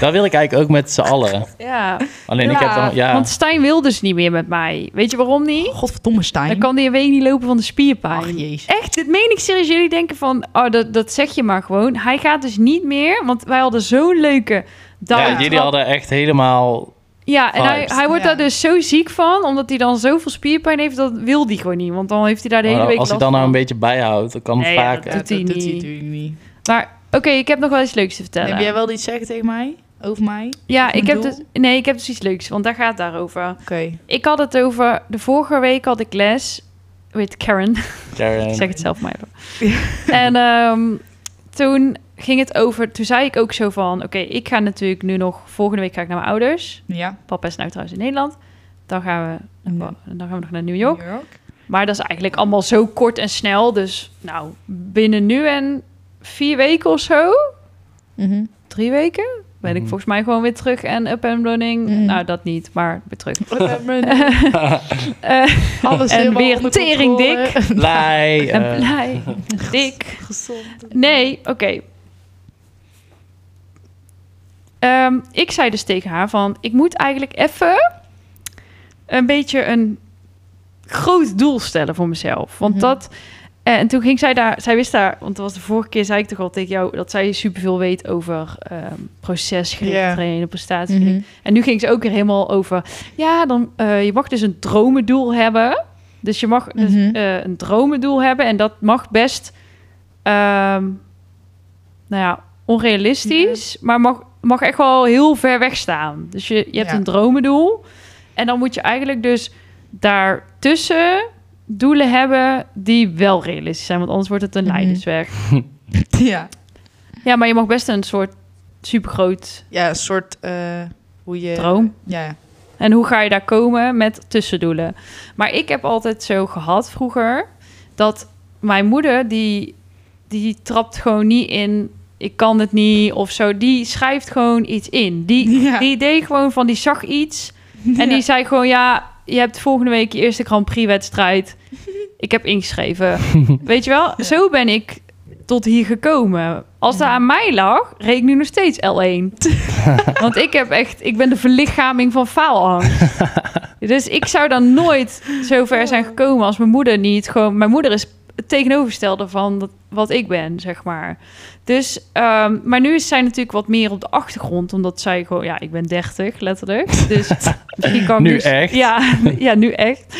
Speaker 2: Dat wil ik eigenlijk ook met z'n allen.
Speaker 4: Ja,
Speaker 2: Alleen ik heb dan... Ja,
Speaker 4: Want Stijn wil dus niet meer met mij. Weet je waarom niet?
Speaker 1: Godverdomme Stijn.
Speaker 4: Dan kan hij een week niet lopen van de spierpijn.
Speaker 1: Ach, jezus.
Speaker 4: Echt, dit meen ik serieus. Jullie denken van, oh, dat, dat zeg je maar gewoon. Hij gaat dus niet meer, want wij hadden zo'n leuke dag.
Speaker 2: ja, jullie hadden echt helemaal...
Speaker 4: Ja, en hij,
Speaker 2: vibes.
Speaker 4: hij wordt
Speaker 1: Ja.
Speaker 4: daar dus zo ziek van, omdat hij dan zoveel spierpijn heeft, dat wil hij gewoon niet. Want dan heeft hij daar de hele
Speaker 2: Maar
Speaker 4: week
Speaker 2: als ik
Speaker 4: last
Speaker 2: dan nou een
Speaker 4: van.
Speaker 2: beetje bijhoud, dan kan eh, het
Speaker 4: Nee, ja,
Speaker 2: vaker.
Speaker 4: dat- doet hij niet.
Speaker 1: natuurlijk niet.
Speaker 4: Maar oké, ik heb nog wel iets leuks te vertellen.
Speaker 1: Heb jij wel iets zeggen tegen mij? Over mij?
Speaker 4: ja, ik heb,
Speaker 1: doel?
Speaker 4: dus, nee, ik heb dus iets leuks, want daar gaat het daarover.
Speaker 1: Oké.
Speaker 4: Ik had het over, de vorige week had ik les met Karen.
Speaker 2: Karen.
Speaker 4: Ik zeg het zelf maar even. en ehm, toen ging het over, toen zei ik ook zo van, oké, ik ga natuurlijk nu nog, volgende week ga ik naar mijn ouders.
Speaker 1: Ja.
Speaker 4: Papa is nou trouwens in Nederland. Dan gaan we,
Speaker 1: Ja.
Speaker 4: dan gaan we nog naar New York. Maar dat is eigenlijk allemaal zo kort en snel. Dus nou, binnen nu en vier weken of zo,
Speaker 1: Mhm.
Speaker 4: drie weken, ben ik
Speaker 2: Mhm.
Speaker 4: volgens mij gewoon weer terug en up and running.
Speaker 1: Mhm.
Speaker 4: Nou, dat niet, maar weer terug. Eh,
Speaker 1: Alles
Speaker 4: En
Speaker 1: helemaal
Speaker 4: weer
Speaker 1: onder
Speaker 4: tering
Speaker 1: controle.
Speaker 2: Blij.
Speaker 4: en
Speaker 2: eh,
Speaker 4: blij, dik.
Speaker 1: Gezond.
Speaker 4: Nee, oké. Ehm, ik zei dus tegen haar van... ik moet eigenlijk even een beetje een groot doel stellen voor mezelf. Want
Speaker 1: Mhm.
Speaker 4: dat... eh, En toen ging zij daar... Zij wist daar... Want dat was de vorige keer, zei ik toch al tegen jou... dat zij superveel weet over ehm procesgericht
Speaker 1: Ja.
Speaker 4: trainen, prestatiegericht.
Speaker 1: Mhm.
Speaker 4: En nu ging ze ook weer helemaal over... Ja, dan, eh, je mag dus een dromendoel hebben. Dus je mag dus,
Speaker 1: Mhm.
Speaker 4: eh, een dromendoel hebben. En dat mag best... ehm, nou ja, onrealistisch.
Speaker 1: Mhm.
Speaker 4: Maar mag, mag echt wel heel ver weg staan. Dus je, je hebt
Speaker 1: Ja.
Speaker 4: een dromendoel. En dan moet je eigenlijk dus daartussen doelen hebben... die wel realistisch zijn. Want anders wordt het een
Speaker 1: Mhm.
Speaker 4: leidersweg.
Speaker 1: Ja.
Speaker 4: Ja, maar je mag best een soort supergroot
Speaker 1: Ja, een soort... eh, hoe je...
Speaker 4: droom...
Speaker 1: Ja.
Speaker 4: En hoe ga je daar komen met tussendoelen? Maar ik heb altijd zo gehad vroeger dat mijn moeder die die trapt gewoon niet in ik kan het niet of zo. Die schrijft gewoon iets in. Die
Speaker 1: Ja.
Speaker 4: die deed gewoon van die zag iets en die
Speaker 1: Ja.
Speaker 4: zei gewoon ja, je hebt volgende week je eerste Grand Prix wedstrijd. Ik heb ingeschreven. Weet je wel? Zo ben ik tot hier gekomen. Als dat aan mij lag, reed ik nu nog steeds L1. Want ik heb echt, ik ben de verlichaming van faalangst. Dus ik zou dan nooit zo ver zijn gekomen als mijn moeder niet gewoon. Mijn moeder is het tegenovergestelde van dat- wat ik ben, zeg maar. Dus, ehm, maar nu is zij natuurlijk wat meer op de achtergrond, omdat zij gewoon, ja, ik ben 30 letterlijk. Dus misschien kan ik
Speaker 2: Nu echt?
Speaker 4: Ja, ja, nu echt.
Speaker 1: Ik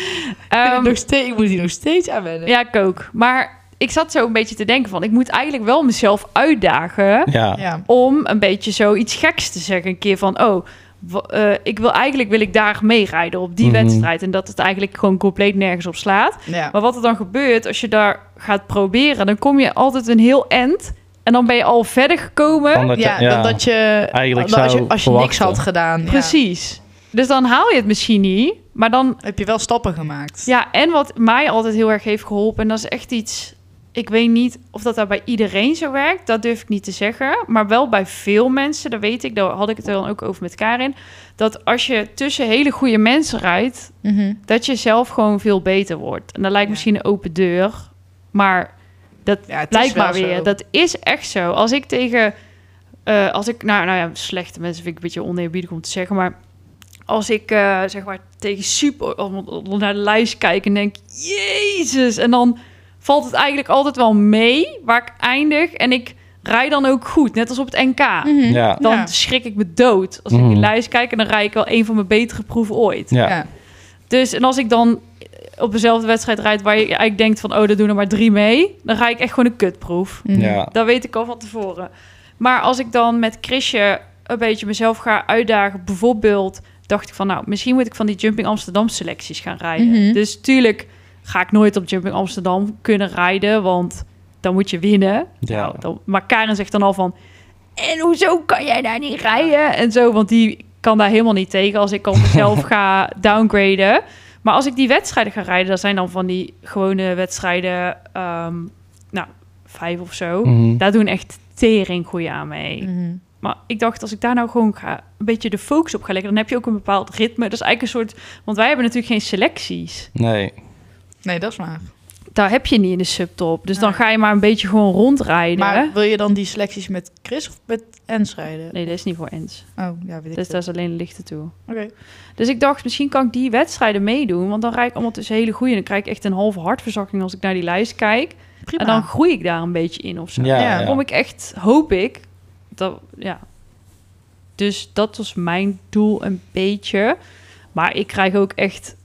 Speaker 1: vind
Speaker 4: Ehm,
Speaker 1: het nog steeds, ik moet hier nog steeds aan wennen.
Speaker 4: ja, ik ook. Maar ik zat zo een beetje te denken van, ik moet eigenlijk wel mezelf uitdagen
Speaker 2: Ja.
Speaker 1: Ja.
Speaker 4: om een beetje zoiets geks te zeggen. Een keer van, oh, wa- eh, ik wil eigenlijk wil ik daar mee rijden op die
Speaker 2: Mhm.
Speaker 4: wedstrijd. En dat het eigenlijk gewoon compleet nergens op slaat.
Speaker 1: Ja.
Speaker 4: Maar wat er dan gebeurt als je daar gaat proberen, dan kom je altijd een heel end. En dan ben je al verder gekomen.
Speaker 2: Dan dat je-
Speaker 1: Ja,
Speaker 2: ja.
Speaker 1: dan dat je,
Speaker 2: Eigenlijk
Speaker 1: dan als je,
Speaker 2: zou
Speaker 1: als je niks
Speaker 2: verwachten.
Speaker 1: had gedaan. ja.
Speaker 4: Precies. Dus dan haal je het misschien niet. Maar dan,
Speaker 1: Heb je wel stappen gemaakt.
Speaker 4: ja, en wat mij altijd heel erg heeft geholpen, en dat is echt iets. Ik weet niet of dat, dat bij iedereen zo werkt, dat durf ik niet te zeggen. Maar wel bij veel mensen, dat weet ik, daar had ik het dan ook over met Karin. Dat als je tussen hele goede mensen rijdt,
Speaker 1: Mhm.
Speaker 4: dat je zelf gewoon veel beter wordt. En dat lijkt
Speaker 1: Ja.
Speaker 4: misschien een open deur, maar dat
Speaker 1: Ja, het is
Speaker 4: lijkt maar
Speaker 1: wel
Speaker 4: weer.
Speaker 1: zo.
Speaker 4: Dat is echt zo. Als ik tegen, eh, als ik, nou, nou ja, slechte mensen vind ik een beetje oneerbiedig om te zeggen, maar als ik eh, zeg maar tegen super naar de lijst kijk en denk, jezus, en dan valt het eigenlijk altijd wel mee waar ik eindig en ik rij dan ook goed, net als op het NK.
Speaker 1: Mhm.
Speaker 2: Ja.
Speaker 4: Dan
Speaker 1: Ja.
Speaker 4: schrik ik me dood als ik
Speaker 2: Mhm.
Speaker 4: in de lijst kijk en dan rij ik wel een van mijn betere proeven ooit.
Speaker 2: Ja.
Speaker 1: Ja.
Speaker 4: Dus en als ik dan eh, op dezelfde wedstrijd rijd waar je eigenlijk denkt van oh, er doen er maar drie mee, dan rijd ik echt gewoon een kutproef.
Speaker 1: Mhm.
Speaker 2: Ja.
Speaker 4: Dat weet ik al van tevoren. Maar als ik dan met Chrisje een beetje mezelf ga uitdagen, bijvoorbeeld dacht ik van nou, misschien moet ik van die Jumping Amsterdam selecties gaan rijden.
Speaker 1: Mhm.
Speaker 4: Dus tuurlijk ga ik nooit op Jumping Amsterdam kunnen rijden, want dan moet je winnen.
Speaker 2: Ja.
Speaker 4: Nou, dan, maar Karen zegt dan al van en hoezo kan jij daar niet rijden? En zo, want die kan daar helemaal niet tegen als ik al mezelf ga downgraden. Maar als ik die wedstrijden ga rijden, dat zijn dan van die gewone wedstrijden, ehm, nou, vijf of zo.
Speaker 2: Mhm.
Speaker 4: Daar doen echt tering goeie aan mee.
Speaker 1: Mhm.
Speaker 4: Maar ik dacht, als ik daar nou gewoon ga, een beetje de focus op ga leggen, dan heb je ook een bepaald ritme. Dat is eigenlijk een soort, want wij hebben natuurlijk geen selecties.
Speaker 2: Nee.
Speaker 1: Nee, dat is waar.
Speaker 4: Daar heb je niet in de subtop. Dus dan
Speaker 1: Nee.
Speaker 4: ga je maar een beetje gewoon rondrijden.
Speaker 1: Maar wil je dan die selecties met Chris of met Ens rijden?
Speaker 4: Nee, dat is niet voor Ens.
Speaker 1: Oh, ja, weet ik
Speaker 4: Dus
Speaker 1: het.
Speaker 4: dat is alleen lichte toe.
Speaker 1: Oké.
Speaker 4: Dus ik dacht, misschien kan ik die wedstrijden meedoen. Want dan rijd ik allemaal tussen hele goede. En dan krijg ik echt een halve hartverzakking als ik naar die lijst kijk.
Speaker 1: Prima.
Speaker 4: En dan groei ik daar een beetje in of zo.
Speaker 2: Ja,
Speaker 1: Ja.
Speaker 2: ja.
Speaker 4: Kom ik echt, hoop ik. Dat, ja. Dus dat was mijn doel een beetje. Maar ik krijg ook echt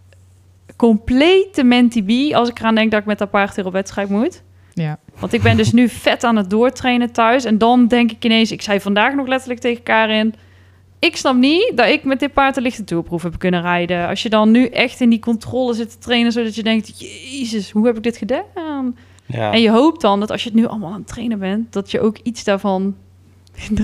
Speaker 4: complete mentibi als ik eraan denk dat ik met dat paard weer op wedstrijd moet.
Speaker 1: Ja.
Speaker 4: Want ik ben dus nu vet aan het doortrainen thuis. En dan denk ik ineens, ik zei vandaag nog letterlijk tegen Karin... Ik snap niet dat ik met dit paard de lichte toerproef heb kunnen rijden. Als je dan nu echt in die controle zit te trainen... zodat je denkt, jezus, hoe heb ik dit gedaan?
Speaker 2: Ja.
Speaker 4: En je hoopt dan dat als je het nu allemaal aan het trainen bent, dat je ook iets daarvan.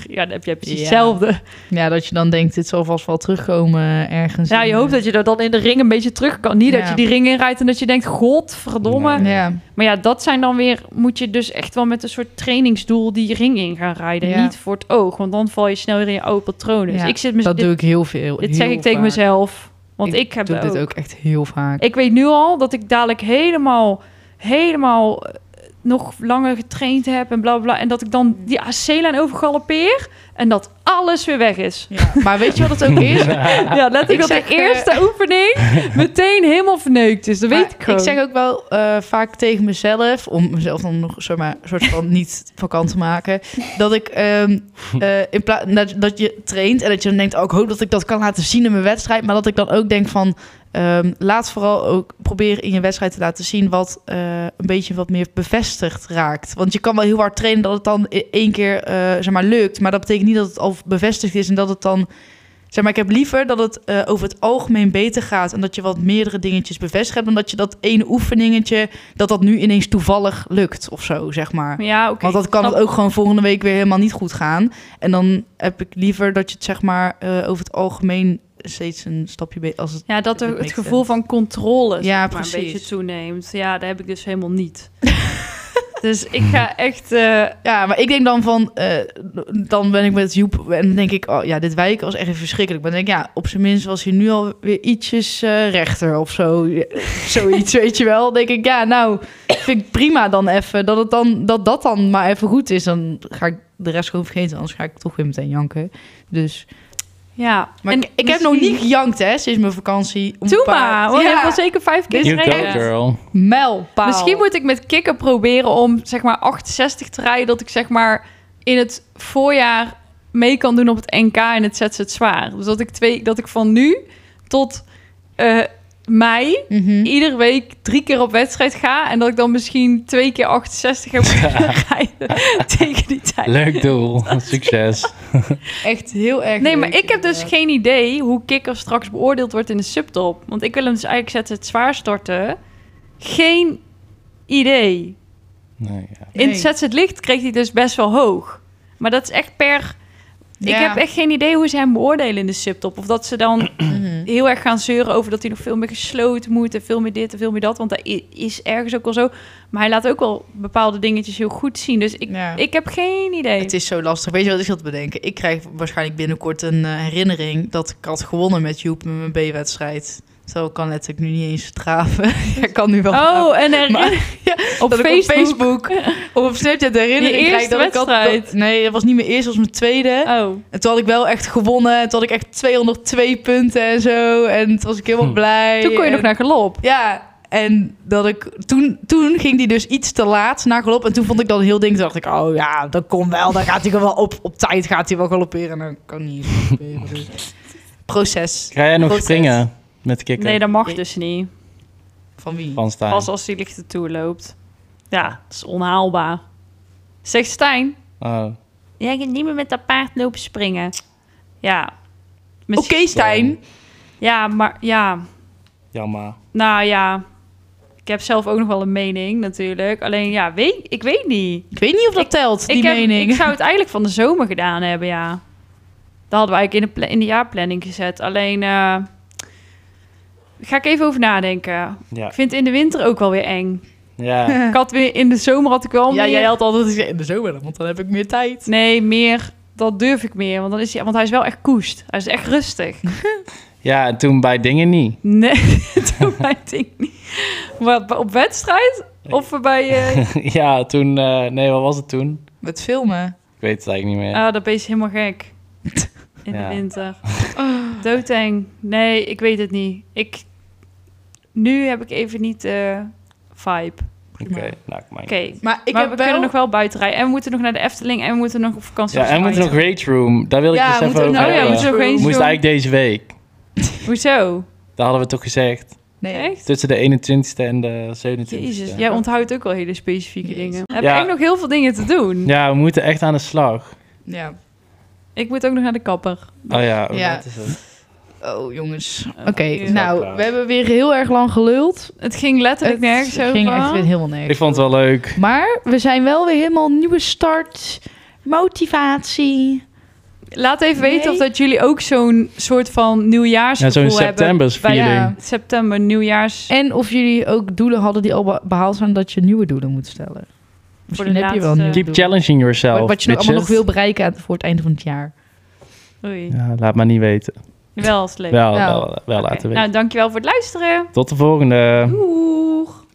Speaker 4: Ja, dan heb je precies
Speaker 1: Ja.
Speaker 4: hetzelfde.
Speaker 1: ja, dat je dan denkt, dit zal vast wel terugkomen ergens.
Speaker 4: Ja, je hoopt dat je dat dan in de ring een beetje terug kan. Niet dat
Speaker 1: Ja.
Speaker 4: je die ring inrijdt en dat je denkt, godverdomme.
Speaker 2: Nee.
Speaker 1: eh, Ja.
Speaker 4: Maar ja, dat zijn dan weer, moet je dus echt wel met een soort trainingsdoel die ring in gaan rijden.
Speaker 1: Ja.
Speaker 4: Niet voor het oog, want dan val je snel weer in je oude patronen. Dus
Speaker 1: Ja,
Speaker 4: ik zit mez-
Speaker 1: Dat
Speaker 4: dit,
Speaker 1: doe ik heel veel.
Speaker 4: dit zeg
Speaker 1: heel
Speaker 4: ik tegen
Speaker 1: vaak.
Speaker 4: mezelf, want ik,
Speaker 1: Ik
Speaker 4: heb
Speaker 1: doe
Speaker 4: ook.
Speaker 1: dit ook echt heel vaak.
Speaker 4: Ik weet nu al dat ik dadelijk helemaal, helemaal eh, nog langer getraind heb en bla bla. bla. En dat ik dan die AC-lijn overgalopeer en dat alles weer weg is.
Speaker 1: Ja. Maar weet je wat het ook is?
Speaker 4: Ja, let ik
Speaker 1: Ik
Speaker 4: dat
Speaker 1: zeg,
Speaker 4: de
Speaker 1: eh,
Speaker 4: eerste oefening meteen helemaal verneukt is. Dus Dat weet
Speaker 1: Maar
Speaker 4: ik gewoon.
Speaker 1: ik zeg ook wel eh, vaak tegen mezelf, om mezelf dan nog zeg maar, een soort van niet vakant te maken, dat ik ehm, eh, in plaats dat, dat je traint en dat je dan denkt, oh, ik hoop dat ik dat kan laten zien in mijn wedstrijd, maar dat ik dan ook denk van, ehm, laat vooral ook proberen in je wedstrijd te laten zien wat eh, een beetje wat meer bevestigd raakt. Want je kan wel heel hard trainen dat het dan i- één keer eh, zeg maar, lukt, maar dat betekent niet dat het al bevestigd is en dat het dan Zeg maar, ik heb liever dat het eh, over het algemeen beter gaat en dat je wat meerdere dingetjes bevestigd hebt, dan dat je dat ene oefeningetje, dat dat nu ineens toevallig lukt of zo, zeg maar.
Speaker 4: ja, oké.
Speaker 1: Want dat kan
Speaker 4: snap-
Speaker 1: het ook gewoon volgende week weer helemaal niet goed gaan. En dan heb ik liever dat je het zeg maar eh, over het algemeen steeds een stapje beter als het.
Speaker 4: Ja, dat
Speaker 1: Dat
Speaker 4: er het
Speaker 1: makes
Speaker 4: gevoel van controle zeg
Speaker 1: Ja,
Speaker 4: maar, een
Speaker 1: precies.
Speaker 4: beetje toeneemt. Ja, dat heb ik dus helemaal niet. dus ik ga echt... eh,
Speaker 1: Ja, maar ik denk dan van, eh, dan ben ik met Joep en dan denk ik, oh ja, dit wijken was echt even verschrikkelijk. Maar dan denk ik, ja, op zijn minst was hij nu al weer ietsjes eh, rechter of zo. Ja, Zoiets, weet je wel. Dan denk ik, ja, nou, vind ik prima dan even. Dat, het dan, dat dat dan maar even goed is. Dan ga ik de rest gewoon vergeten, anders ga ik toch weer meteen janken. Dus
Speaker 4: Ja.
Speaker 1: Maar
Speaker 4: En
Speaker 1: ik, ik heb nog
Speaker 4: misschien-
Speaker 1: niet gejankt, hè, sinds mijn vakantie. om
Speaker 4: Doe
Speaker 1: paard.
Speaker 4: maar. want Je hebt
Speaker 1: Ja.
Speaker 4: al zeker vijf keer
Speaker 2: You go,
Speaker 4: gereden.
Speaker 2: girl.
Speaker 1: Mijlpaal.
Speaker 4: Misschien moet ik met kikken proberen om zeg maar 68 te rijden. Dat ik zeg maar in het voorjaar mee kan doen op het NK en het zet het zwaar. Dus dat ik, twee, dat ik van nu tot eh, mei
Speaker 1: Mhm.
Speaker 4: iedere week drie keer op wedstrijd ga. En dat ik dan misschien twee keer 68 heb kunnen rijden tegen die tijd.
Speaker 2: Leuk doel. Succes.
Speaker 1: Echt heel erg
Speaker 4: Nee, maar
Speaker 1: leuk,
Speaker 4: ik heb dus
Speaker 1: inderdaad.
Speaker 4: geen idee hoe kikker straks beoordeeld wordt in de subtop. Want ik wil hem dus eigenlijk zetten het zwaar storten. Geen idee.
Speaker 2: Nee, ja.
Speaker 4: In
Speaker 1: Nee.
Speaker 4: Zet het licht kreeg hij dus best wel hoog. Maar dat is echt per... Ik
Speaker 1: Ja.
Speaker 4: heb echt geen idee hoe ze hem beoordelen in de subtop. Of dat ze dan
Speaker 1: Mhm.
Speaker 4: heel erg gaan zeuren over dat hij nog veel meer gesloten moet... en veel meer dit en veel meer dat. Want dat i- is ergens ook wel zo. Maar hij laat ook wel bepaalde dingetjes heel goed zien. Dus ik,
Speaker 1: Ja.
Speaker 4: ik heb geen idee.
Speaker 1: Het is zo lastig. Weet je wat ik zat te bedenken? Ik krijg waarschijnlijk binnenkort een eh, herinnering dat ik had gewonnen met Joep met mijn B-wedstrijd. Zo ik kan letterlijk nu niet eens traven. ik kan nu wel. traven.
Speaker 4: Oh, en er,
Speaker 1: Maar-
Speaker 4: op,
Speaker 1: dat
Speaker 4: Facebook.
Speaker 1: ik op Facebook of op Snapchat de herinnering
Speaker 4: Je
Speaker 1: krijg
Speaker 4: eerste
Speaker 1: dat ik had...
Speaker 4: wedstrijd.
Speaker 1: dat- nee, dat was niet mijn eerste, dat was mijn tweede.
Speaker 4: Oh.
Speaker 1: En toen had ik wel echt gewonnen. En toen had ik echt 202 punten en zo. En toen was ik helemaal
Speaker 2: Hm.
Speaker 1: blij.
Speaker 4: Toen kon je
Speaker 1: En-
Speaker 4: nog naar galop.
Speaker 1: Ja, en dat ik toen, toen ging die dus iets te laat naar galop. En toen vond ik dat een heel ding. Toen dacht ik, oh ja, dat komt wel. Dan gaat hij gewoon wel op, op tijd gaat hij wel galopperen. En dan kan hij niet eens galopperen. Dus Proces.
Speaker 2: Ga jij nog
Speaker 1: Proces.
Speaker 2: springen met kikken?
Speaker 4: Nee, dat mag
Speaker 1: Nee.
Speaker 4: dus niet.
Speaker 1: Van wie?
Speaker 2: Van Stijn.
Speaker 4: Pas als hij lichter toe loopt. Ja, dat is onhaalbaar. Zegt Stijn,
Speaker 2: Oh.
Speaker 4: jij gaat niet meer met dat paard lopen springen. Ja.
Speaker 1: Oké,
Speaker 4: Misschien-
Speaker 1: Stijn.
Speaker 4: Ja, maar ja.
Speaker 2: Jammer.
Speaker 4: Nou ja. Ik heb zelf ook nog wel een mening natuurlijk. Alleen ja, weet, ik weet niet.
Speaker 1: Ik weet niet of dat telt, die
Speaker 4: ik, heb-
Speaker 1: mening.
Speaker 4: ik zou het eigenlijk van de zomer gedaan hebben, ja. Dat hadden we eigenlijk in de, pla- in de jaarplanning gezet. Alleen, eh, ga ik even over nadenken.
Speaker 2: Ja.
Speaker 4: Ik vind het in de winter ook wel weer eng.
Speaker 2: Ja.
Speaker 4: Ik had weer in de zomer had ik wel
Speaker 1: ja,
Speaker 4: meer...
Speaker 1: jij had altijd gezegd in de zomer, want dan heb ik meer tijd.
Speaker 4: Nee, meer. Dat durf ik meer. Want, dan is hij, want hij is wel echt koest. Hij is echt rustig.
Speaker 2: ja, en toen bij dingen niet.
Speaker 4: Nee, doe mijn ding niet. Maar b- op wedstrijd? Of bij... eh
Speaker 2: ja, toen... eh, nee, wat was het toen?
Speaker 1: Met filmen.
Speaker 2: Ik weet het eigenlijk niet meer.
Speaker 4: Ah, dat beest is helemaal gek. In
Speaker 2: Ja. Oh.
Speaker 4: de winter. Doodeng. Nee, ik weet het niet. Ik... Nu heb ik even niet de vibe.
Speaker 2: Oké, nou, ik maak
Speaker 4: Oké.
Speaker 1: Maar ik
Speaker 4: maar we
Speaker 1: heb wel...
Speaker 4: kunnen nog wel buiten rijden. En we moeten nog naar de Efteling. En we moeten nog op vakantie.
Speaker 2: Ja, en we moeten nog Rage Room. Daar wil ik
Speaker 1: ja,
Speaker 2: dus even
Speaker 1: moeten we nou-
Speaker 2: over
Speaker 1: nog-
Speaker 4: Oh ja, we moeten
Speaker 2: hebben.
Speaker 4: nog eens
Speaker 2: Moest
Speaker 4: doen.
Speaker 2: eigenlijk deze week.
Speaker 4: Hoezo?
Speaker 2: Daar hadden we toch gezegd.
Speaker 1: Nee.
Speaker 4: Echt?
Speaker 2: Tussen de 21ste en de 27ste.
Speaker 4: Jezus, jij onthoudt ook al hele specifieke
Speaker 1: Jezus.
Speaker 4: dingen. Heb
Speaker 2: eh, Ja.
Speaker 4: ik nog heel veel dingen te doen.
Speaker 2: Ja, we moeten echt aan de slag.
Speaker 1: Ja.
Speaker 4: Ik moet ook nog naar de kapper.
Speaker 2: Oh ja, oh,
Speaker 1: Ja.
Speaker 2: dat is het.
Speaker 1: Oh, jongens. Oké,
Speaker 4: Oké.
Speaker 1: nou, we hebben weer heel erg lang geluld.
Speaker 4: Eh, Het ging letterlijk nergens
Speaker 1: het
Speaker 4: over.
Speaker 1: ging echt weer helemaal nergens
Speaker 2: Ik vond het wel leuk.
Speaker 1: Maar we zijn wel weer helemaal nieuwe start, motivatie.
Speaker 4: Laat even
Speaker 1: Nee.
Speaker 4: weten of dat jullie ook zo'n soort van
Speaker 2: Ja,
Speaker 4: nieuwjaarsgevoel
Speaker 2: zo'n
Speaker 4: hebben.
Speaker 2: septembersviering.
Speaker 1: Ja.
Speaker 4: September, nieuwjaars.
Speaker 1: En of jullie ook doelen hadden die al be- behaald zijn, dat je nieuwe doelen moet stellen. Misschien heb je wel
Speaker 4: laatste-
Speaker 1: nieuwe
Speaker 2: Keep
Speaker 1: doelen.
Speaker 2: challenging
Speaker 1: Wat-
Speaker 2: yourself.
Speaker 1: Wat je nog allemaal nog
Speaker 2: bitches.
Speaker 1: wil bereiken aan- voor het einde van het jaar.
Speaker 4: Oei.
Speaker 2: Ja, laat maar niet weten.
Speaker 4: Wel is leuk.
Speaker 2: Wel,
Speaker 1: Ja.
Speaker 2: wel, wel
Speaker 4: Oké.
Speaker 2: laten weten.
Speaker 4: Nou, dankjewel voor het luisteren.
Speaker 2: Tot de volgende.
Speaker 4: Doeg.